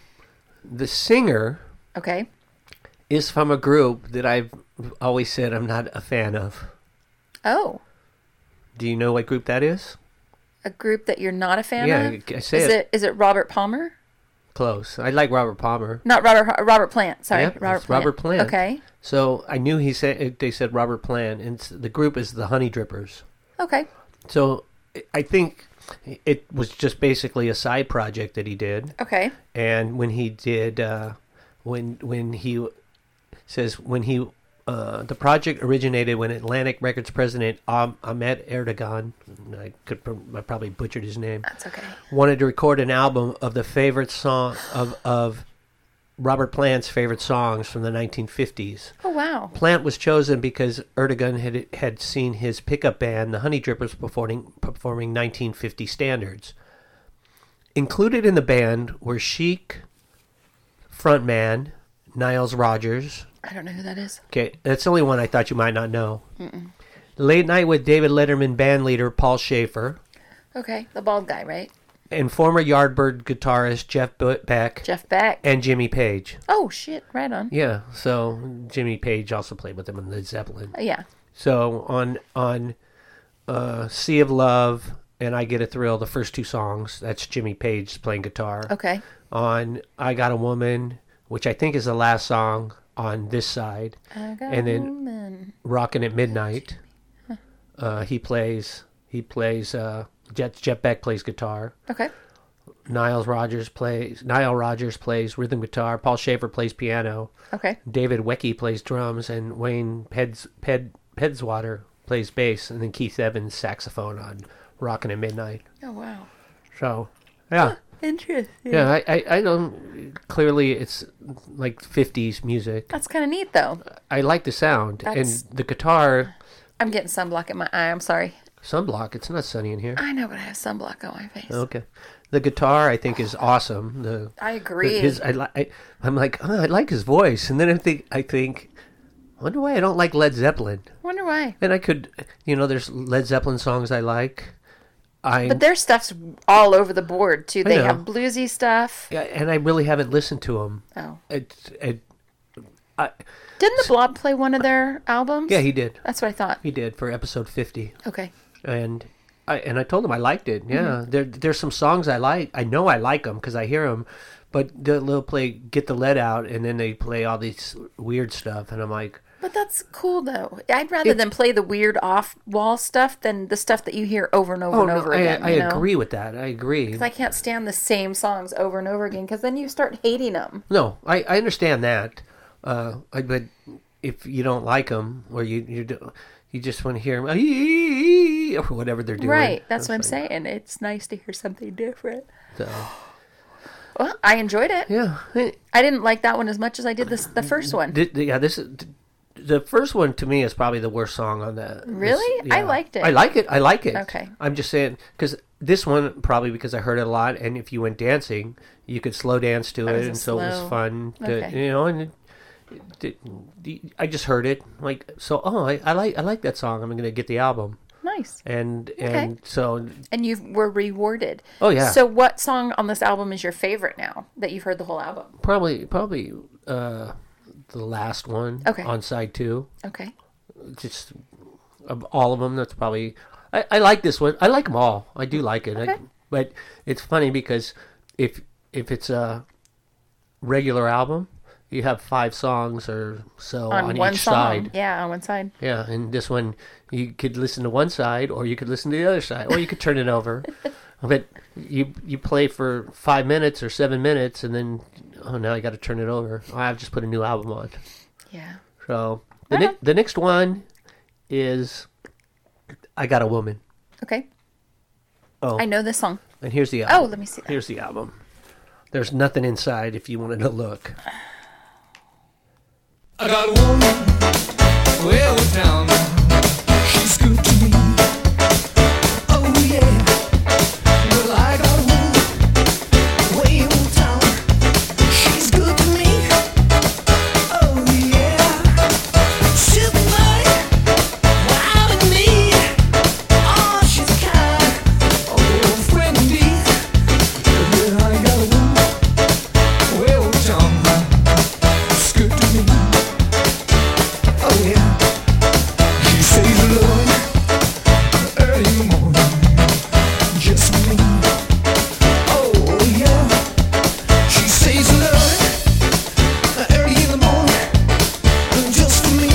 the singer
okay.
is from a group that I've always said I'm not a fan of.
Oh,
Do you know what group that is?
a group that you're not a fan
yeah,
of?
I- I say
Is
it,
it is it Robert Palmer?
close. I like Robert Palmer.
Not Robert Robert Plant. Sorry,
Yep,
Robert
it's
Plant.
Robert Plant.
Okay.
So I knew he said eh, they said Robert Plant, and s- the group is the Honey Drippers.
Okay.
So I- I think it was just basically a side project that he did.
Okay.
And when he did, uh, when when he says when he uh, the project originated when Atlantic Records president um, Ahmet Erdogan, I could pro- I probably butchered his name,
That's okay.
wanted to record an album of the favorite song of of Robert Plant's favorite songs from the 1950s.
Oh wow.
Plant was chosen because Erdogan had had seen his pickup band, the Honey Drippers, performing performing 1950 standards. Included in the band were Chic, frontman Niles Rogers.
I don't know who that is.
Okay, that's the only one I thought you might not know. Late Night with David Letterman band leader Paul Schaefer
Okay. The bald guy, right?
and former Yardbird guitarist Jeff Be- Beck
Jeff Beck.
and Jimmy Page.
oh shit, right on.
Yeah, so Jimmy Page also played with them in the Zeppelin.
Uh, Yeah.
So on on uh, Sea of Love and I Get a Thrill, the first two songs, that's Jimmy Page playing guitar.
Okay.
On I Got a Woman, which I think is the last song on this side,
I got
And then-
a woman.
Rockin' at Midnight. Uh, he plays he plays uh, Jet Jet Beck plays guitar.
Okay.
Niles Rogers plays Nile Rogers plays rhythm guitar. Paul Schaefer plays piano.
Okay.
David Wecke plays drums, and Wayne Peds, Ped, Pedswater plays bass, and then Keith Evans saxophone on "Rockin' at Midnight."
Oh wow.
So, yeah,
Interesting.
yeah, I, I, I don't. Clearly, it's like '50s music.
That's kind of neat though.
I like the sound
That's-
and the guitar.
I'm getting sunblock in my eye. I'm sorry.
Sunblock. It's not sunny in here.
I know, but I have sunblock on my face.
Okay, the guitar I think is awesome. The
I agree.
His, I, li- I, I'm like, oh, I like his voice, and then I think, I think, I wonder why I don't like Led Zeppelin.
Wonder why.
And I could, you know, there's Led Zeppelin songs I like. I
But their stuff's all over the board too. They
know.
have bluesy stuff.
and I really haven't listened to them.
Oh.
It, it,
Didn't the Blob play one of their albums?
yeah, he did.
That's what I thought.
He did for episode 50,
Okay.
and I and I told him I liked it. Yeah,
Mm-hmm.
there there's some songs I like. I know I like them because I hear them. But they'll play "Get the Lead Out" and then they play all these weird stuff, and I'm like,
But that's cool though. I'd rather them play the weird off wall stuff than the stuff that you hear over and over
"Oh
and
no,
over
I,
again.
I
you know?
agree with that. I agree."
'Cause I can't stand the same songs over and over again because then you start hating them.
No, I, I understand that. Uh, I, but if you don't like them, or you you do, you just want to hear them, or whatever they're doing,
Right. That's what I'm saying. It's nice to hear something different.
So,
Well, I enjoyed it.
yeah, eh,
I didn't like that one as much as I did this the first one.
th- th- yeah. This is the first one to me is probably the worst song on that.
Really? I liked it.
I like it. I like it.
Okay.
I'm just saying because this one probably because I heard it a lot, and if you went dancing, you could slow dance to it,
was a
and so it was
Oh, slow-
fun. To,
Okay.
You know, and. It, it- it- I just heard it like so. Oh, I, I like I like that song. I'm gonna get the album.
nice.
and and so
And you were rewarded.
Oh, yeah.
So what song on this album is your favorite now that you've heard the whole album?
probably probably uh the last one
Okay.
on side two.
Okay.
Just of all of them. That's probably. I, I like this one. I like them all. I do like it. I,
Okay.
but it's funny because if if it's a regular album, you have five songs or so
On,
on,
one
each
song.
side.
Yeah, on one side.
Yeah, and this one you could listen to one side, or you could listen to the other side, or you could turn it over. But you you play for five minutes or seven minutes, and then oh now I got to turn it over. Oh, I've just put a new album on.
Yeah.
So the ne-
Okay.
the next one is I got a woman.
Okay.
Oh,
I know this song.
and here's the
Oh,
album.
let me see that.
here's the album. There's nothing inside if you wanted to look.
I got a woman way over town. She's good to me. Oh yeah. Well, I got a woman way over town. She's good to me. Oh yeah. She's mine. Wild and me. Oh, she's kind. Oh, friendly. Yeah, I got a woman way over town. She's good to me. Oh yeah, she says alone early in the morning, just me. Oh yeah, she says alone early in the morning, just for me.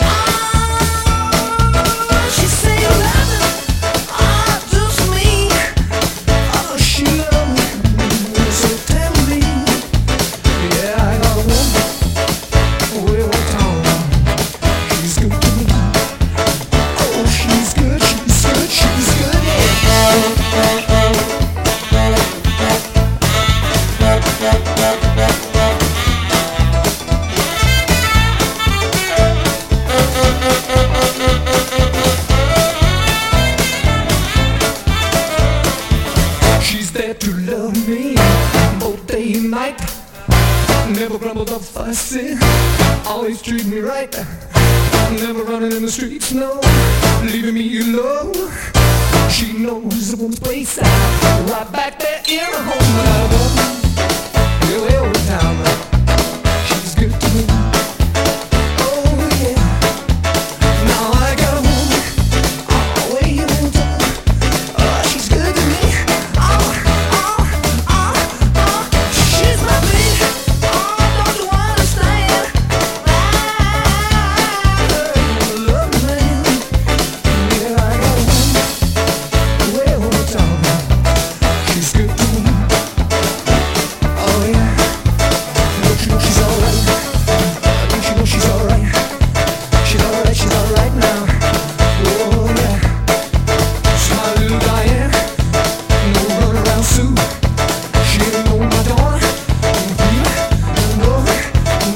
Ah, she says alone, ah, just me. Oh, she loves me so tenderly. Yeah, I got a woman. Well, she's good to me. Oh, she's good, she's good, she's good. She's there to love me both day and night. Never grumbled or fussy. Always treat me right. Never running in the streets, no. Leaving me alone. She knows the one place. Right back there in her home. I love her. Yeah, well, with time. She's good to me. Oh, yeah. Now I got a woman. Oh, way in town. Oh, she's good to me. Oh, oh, oh, oh, she's my baby. Oh, don't you understand? I love man. Yeah, I got one way over town. She's good to me. Oh yeah, don't you know she's alright? Don't you know she's alright? She's alright, she's alright now. Oh yeah. She's my little Diane, no runaround Sue. She ain't no my daughter. No, no,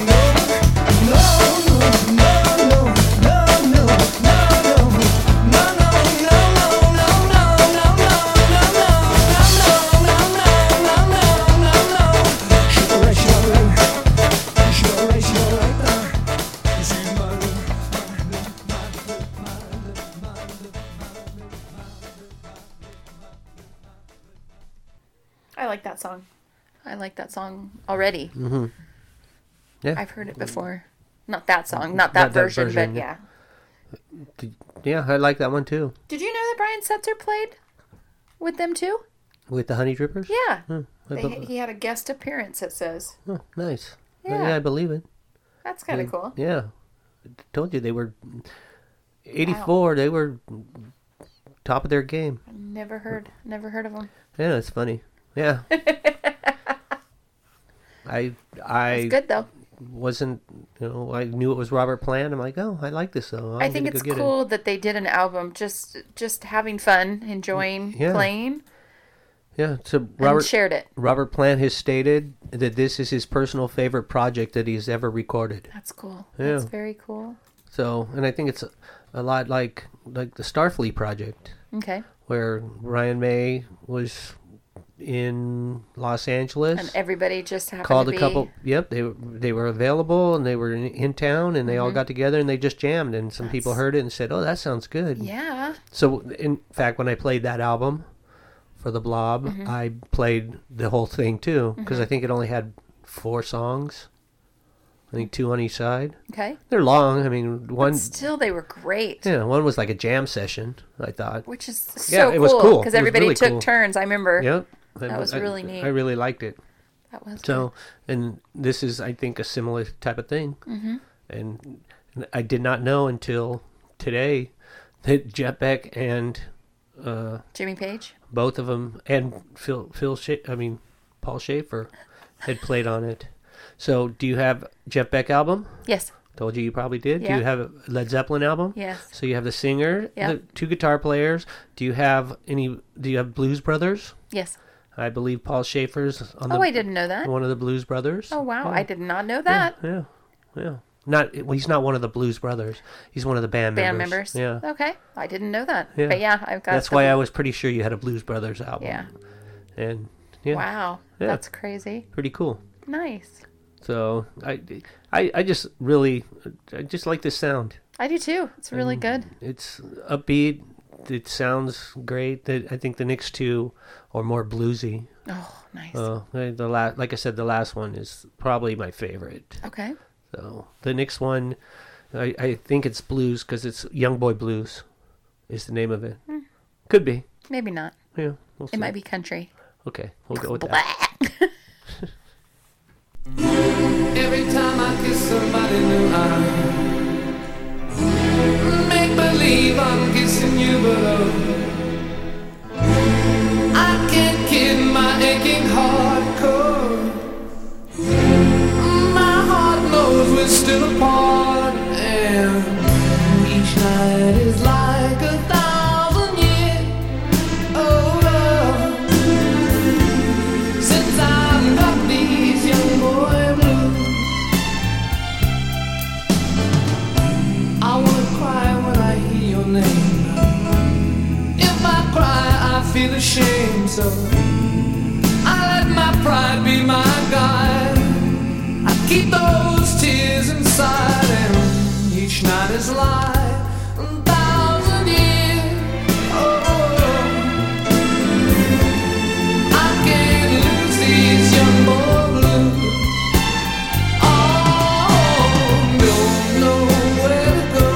no, no, no, no, no, no, no, no, no, no, no, no, no, no, no, no, no, no, no, no, no, no, no, no, no, no. She's alright, she's alright, she's alright now. She's my little.
I like that song. I like that song already.
Mm-hmm. Yeah. Mm-hmm.
I've heard it before. Not that song, not that,
Not that
version,
version,
but
yeah.
yeah.
Yeah, I like that one too.
Did you know that Brian Setzer played with them too?
With the honey drippers.
Yeah.
Hmm, I
They,
bel-
he had a guest appearance, it says.
oh, nice.
Yeah.
yeah, I believe it.
That's kind of cool.
Yeah, I told you they were '84. They were top of their game.
Never heard, never heard of him.
Yeah, that's funny. Yeah, I
It's
I
good though.
wasn't. You know, I knew it was Robert Plant. I'm like, oh, I like this though.
I think it's cool that they did an album just just having fun, enjoying
Yeah.
playing,
Yeah, so
and
Robert
shared it.
Robert Plant has stated that this is his personal favorite project that he's ever recorded.
That's cool.
Yeah.
That's very cool.
So, and I think it's a, a lot like like the Starfleet project.
Okay.
where Ryan May was in Los Angeles.
And everybody just happened
called
to
a
be
couple. Yep, they were- they were available and they were in, in town and they
Mm-hmm.
all got together and they just jammed and some people heard it and said, "Oh, that sounds good."
Yeah.
So in fact, when I played that album for the Blob,
Mm-hmm.
I played the whole thing too because I think it only had four songs. I think two on each side.
Okay.
They're long. I mean, one
Still, they were great.
yeah, one was like a jam session. I thought.
Which is
Yeah,
so
it was
cool
cool.
because
It was
everybody
really
took
cool.
turns. I remember
Yep.
That was
I-
really neat.
I really liked it.
that was
So, and this is, I think, a similar type of thing. Mm-hmm. And I did not know until today that Jet Beck and uh,
Jimmy Page.
both of them and Phil Phil Sha- I mean Paul Schaefer had played on it. So, do you have Jet Beck album?
Yes.
Told you you probably did. Do
Yeah.
you have a Led Zeppelin album?
Yes.
So you have the singer,
Yeah.
the two guitar players. Do you have any? Do you have Blues Brothers?
Yes.
I believe Paul Schaefer's on the.
Oh, I didn't know that.
One of the Blues Brothers.
Oh wow, I did not know that.
Yeah, yeah. Not well, he's not one of the Blues Brothers. He's one of the band
Band
members.
members.
Yeah,
Okay, I didn't know that.
Yeah.
But yeah, I've got.
that's
the-
why I was pretty sure you had a Blues Brothers album.
Yeah.
and yeah,
Wow,
Yeah.
that's crazy.
pretty cool.
Nice.
So I, I, I just really, I just like this sound.
I do too. It's
Mm.
really good.
It's upbeat. It sounds great. The- I think the next two are more bluesy.
Oh, nice.
Uh, the last, like I said, the last one is probably my favorite.
okay.
So the next one, I, I think it's blues because it's Young Boy Blues, is the name of it. Could be.
Maybe not.
Yeah, we'll see.
Hmm. It might be country.
Okay, we'll go with that.
Blah.
Every time I kiss somebody new, I make believe I'm kissing you, but oh, I can't kid my aching heart cold. My heart knows we're still apart, and each night is like a thousand years older since I got these young boy blues. I wanna cry when I hear your name. If I cry, I feel ashamed, so I let my pride be my guide. I keep those tears inside, and each night is like a thousand years. Oh. I can't lose these young boy blues. Oh, don't know where to go,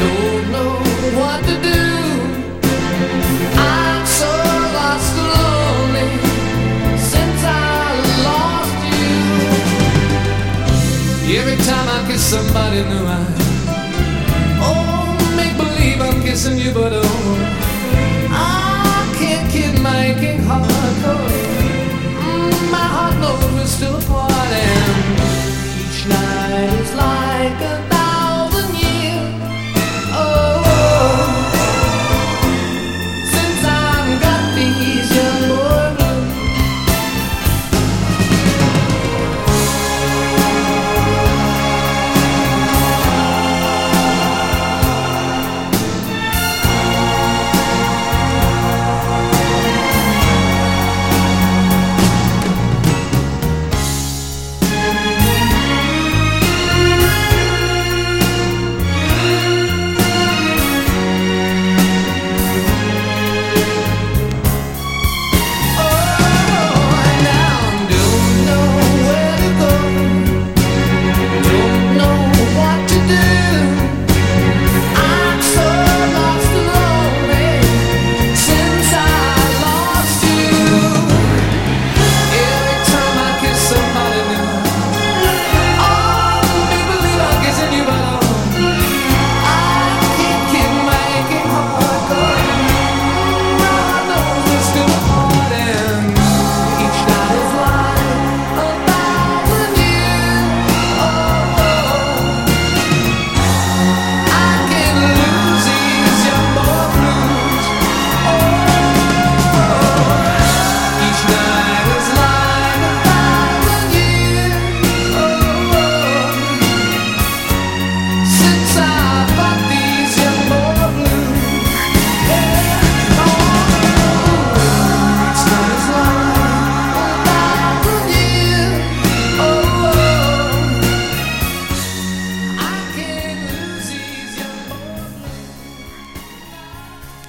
don't know what to do. I'm so lost and lonely since I lost you. Every time I kiss somebody new, I oh make believe I'm kissing you, but oh. I can't keep making heart Mm, My heart knows we're still apart and each night is like a thousand years. Oh, since I've got these young boy blues. Still parting. Each night is like a thousand years. Oh, oh. I can't lose these young boy blues. Oh, each night is like a thousand years. Oh, oh. since I got these young boy blues. Yeah, oh, each night is like. I can't lose these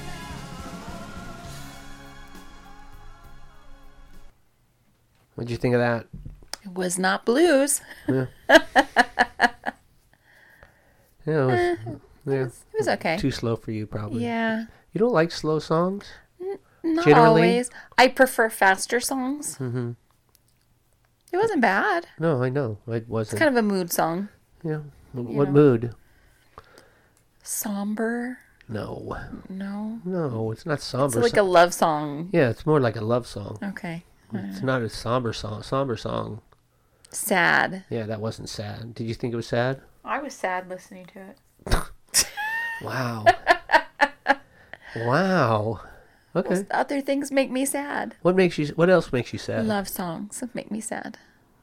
young
What'd you think of that?
it It was not blues.
Yeah, it was- yeah.
Uh, It was okay.
Too slow for you, probably.
Yeah.
You don't like slow songs?
Not
Generally-
always. I prefer faster songs. Mm-hmm. It wasn't bad.
No, I know. It
It's
wasn't.
kind of a mood song.
yeah. W- what
know.
mood?
Somber.
No.
No.
No, it's not
It's
somber.
like a Uh-huh.
so-
love song.
yeah, it's more like a love song.
Okay.
It's not a somber song. Somber song.
Sad.
Yeah, that wasn't sad. Did you think it was sad?
I was sad listening to it.
Wow. wow. Okay.
Other things make me sad.
What makes you? What else makes you sad?
Love songs make me sad.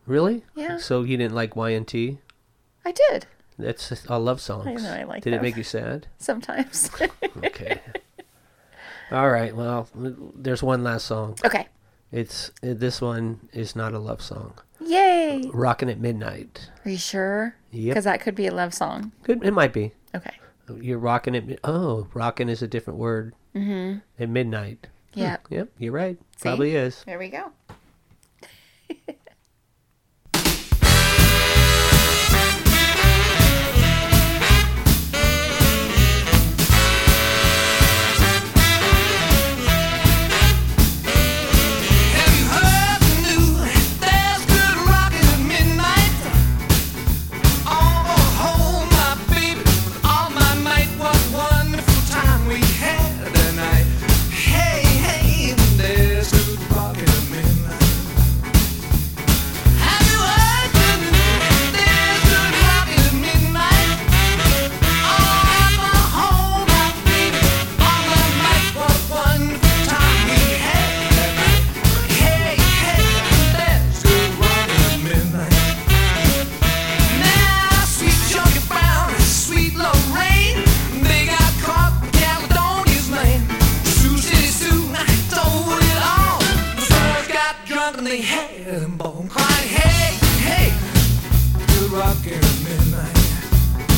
Really?
Yeah.
So you didn't like YNT?
I did
That's just- I love songs.
know, I like
Did it
them.
make you sad?
sometimes.
Okay. All right. Well, there's one last song.
okay.
It's this one is not a love song.
Yay.
Rockin' at midnight.
Are you sure?
Yep.
Because that could be a love song.
Good. It might be.
Okay.
You're rocking at. mi- Oh, rockin' is a different word. Mm-hmm. At midnight.
Yeah.
Yep. You're right.
See?
Probably is.
There we go.
Have you heard the news? There's good rockin' at midnight. Oh, hold my baby with all my might. What wonderful time we had tonight. Hey, hey, there's good rockin' at midnight. Have you heard the news? There's good rockin' at midnight. Oh, hold my baby with all my might. What wonderful time we had tonight. Hey, hey, let's go running midnight. Now, sweet Johnny Brown and sweet Lorraine, they got caught with Caledonia's name. Susie Sue told it all. The stars got drunk and they had them bone crying. Hey, hey, good rockin' at midnight.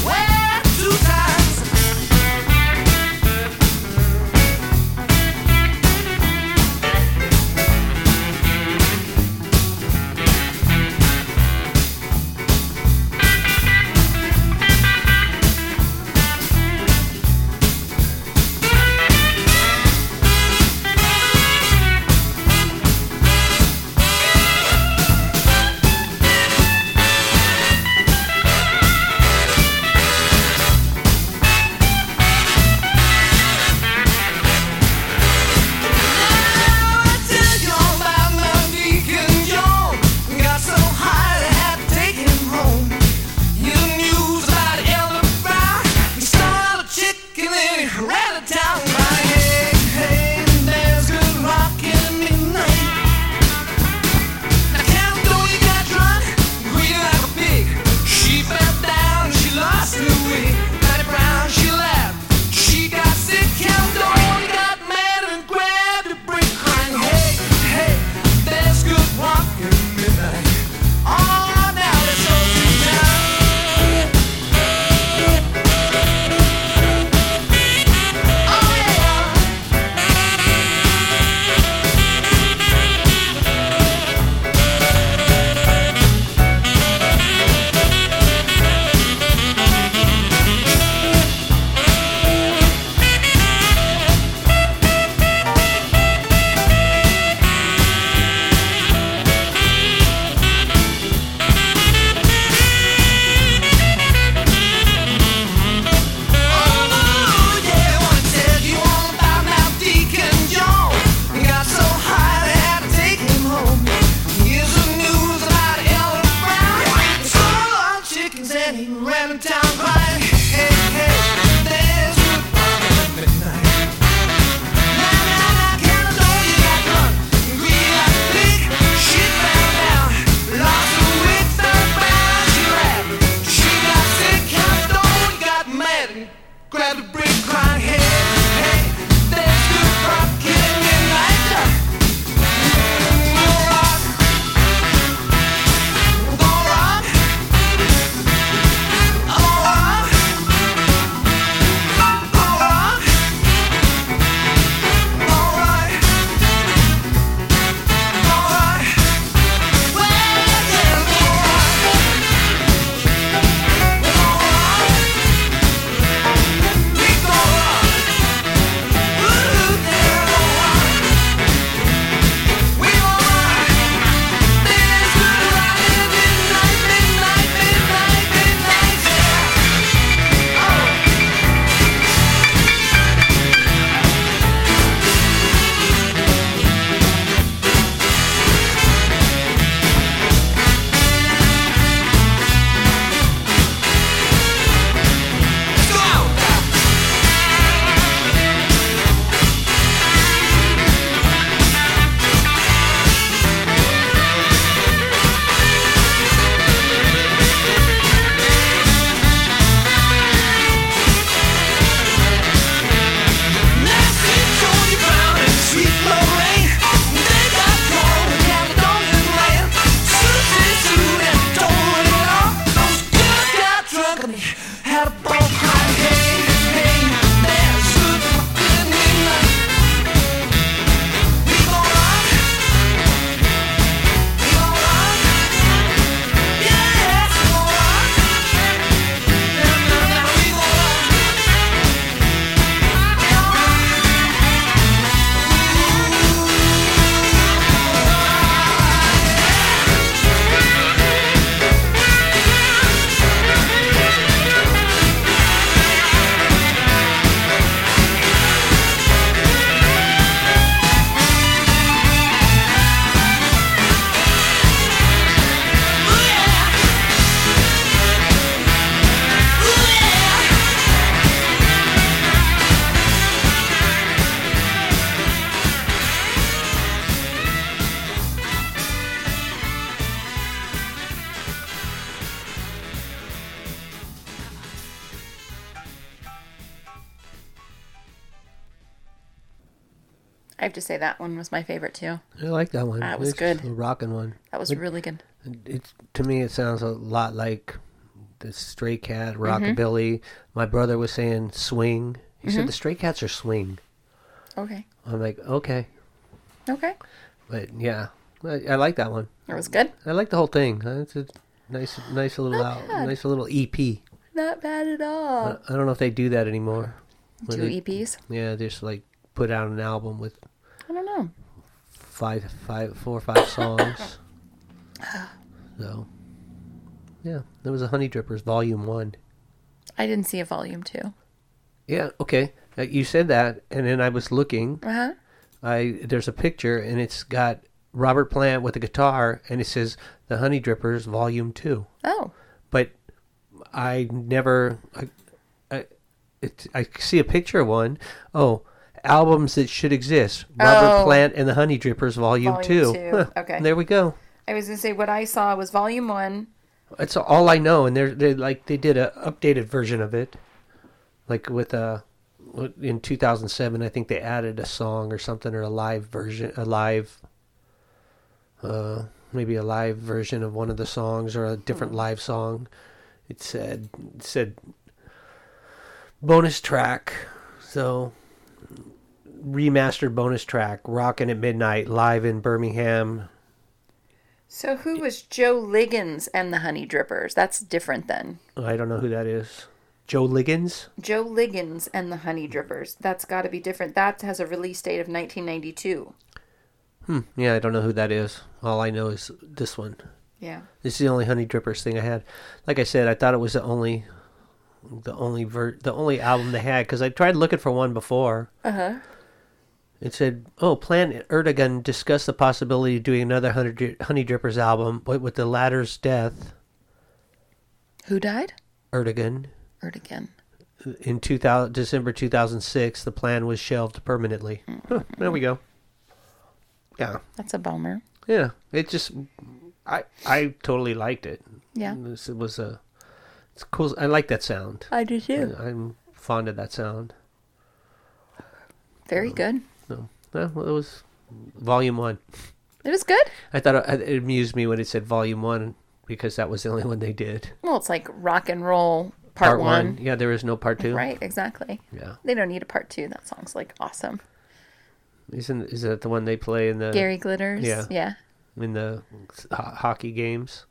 Well, two times She laughed. She got sick, Caledonia got mad and grabbed a brick, crying, "Hey, hey, there's good walking midnight." Oh, now it's all too bad. Oh, yeah. Down by hey, hey, there's a problem at midnight. Grab the brick, crying, hey, hey, there's good rock, killing me like that. Go rock, go rock, go rock. Alright, alright, well, yeah.
I have to say that one was my favorite too.
I like that one.
That was
It's
good.
A rocking one.
That was
It-
really good.
It's to me, it sounds a lot like the Stray Cat
Mm-hmm.
rockabilly. My brother was saying swing. He
Mm-hmm.
said the Stray Cats are swing.
Okay.
I'm like, okay,
Okay.
but yeah, I, I like that one.
It was good.
I like the whole thing. Uh, It's a nice, nice little out,
bad.
nice little EP.
Not bad at all.
I I don't know if they do that anymore. When
Two
they-
EPs.
Yeah, just like put out an album with
I don't know.
five, five, four or five songs. so, yeah, there was a Honey Drippers Volume One.
I didn't see a volume two.
Yeah, okay. Uh, You said that, and then I was looking.
Uh huh.
I there's a picture, and it's got Robert Plant with a guitar, and it says "The Honey Drippers Volume 2.
Oh.
But I never, I, I, it, I see a picture of one. Oh, albums that should exist: Robert
Oh.
Plant and the Honey Drippers Volume,
Volume
Two.
two,
Huh,
okay.
there we go.
I was gonna say what I saw was volume one.
That's all I know, and they're they like they did a updated version of it, like with a in 2007. I think they added a song or something or a live version, a live, uh, maybe a live version of one of the songs or a different live song. It said it said bonus track, so remastered bonus track, rockin' at midnight, live in Birmingham.
So who was Joe Liggins and the Honey Drippers? That's different then.
I don't know who that is. Joe Liggins.
Joe Liggins and the Honey Drippers. That's got to be different. That has a release date of 1992.
Yeah, I don't know who that is. All I know is this one.
Yeah.
This is the only Honey Drippers thing I had. Like I said, I thought it was the only, the only ver- the only album they had because I tried looking for one before. Uh huh. It said, "Oh, Plan Erdogan discussed the possibility of doing another Honey, Dri- Honey Drippers album, but with the latter's death,
Who died?
Erdogan."
Erdogan.
In 2000, December 2006, the plan was shelved permanently. Huh, there we go. Yeah.
That's a bummer.
Yeah. It just, I, I totally liked it.
Yeah.
This it was a. It's cool. I like that sound.
I do too.
I- I'm fond of that sound.
Very good.
No, no, well, it was volume one.
It was good.
I thought it, it amused me when it said volume one because that was the only one they did.
Well, it's like rock and roll part, one.
Yeah, there is no part two.
Right, exactly.
Yeah.
They don't need a part two. That song's like awesome.
Isn't is that the one they play in the
Gary Glitters.
yeah.
Yeah.
in the ho- hockey games?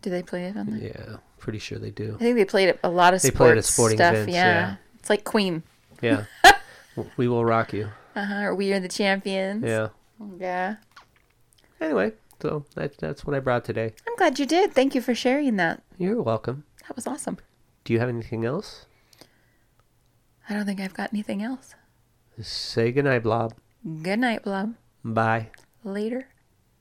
Do they play it on there?
Yeah, pretty sure they do.
I think they played it a lot of
They
sports
play it at sporting
stuff.
events,
yeah.
yeah.
It's like Queen.
Yeah. we will rock you.
Uh-huh. Or We Are the Champions.
Yeah.
Yeah.
Anyway, so that that's what I brought today.
I'm glad you did. Thank you for sharing that.
You're welcome.
That was awesome.
Do you have anything else?
I don't think I've got anything else.
Say goodnight, Blob.
Good night, Blob.
Bye.
Later.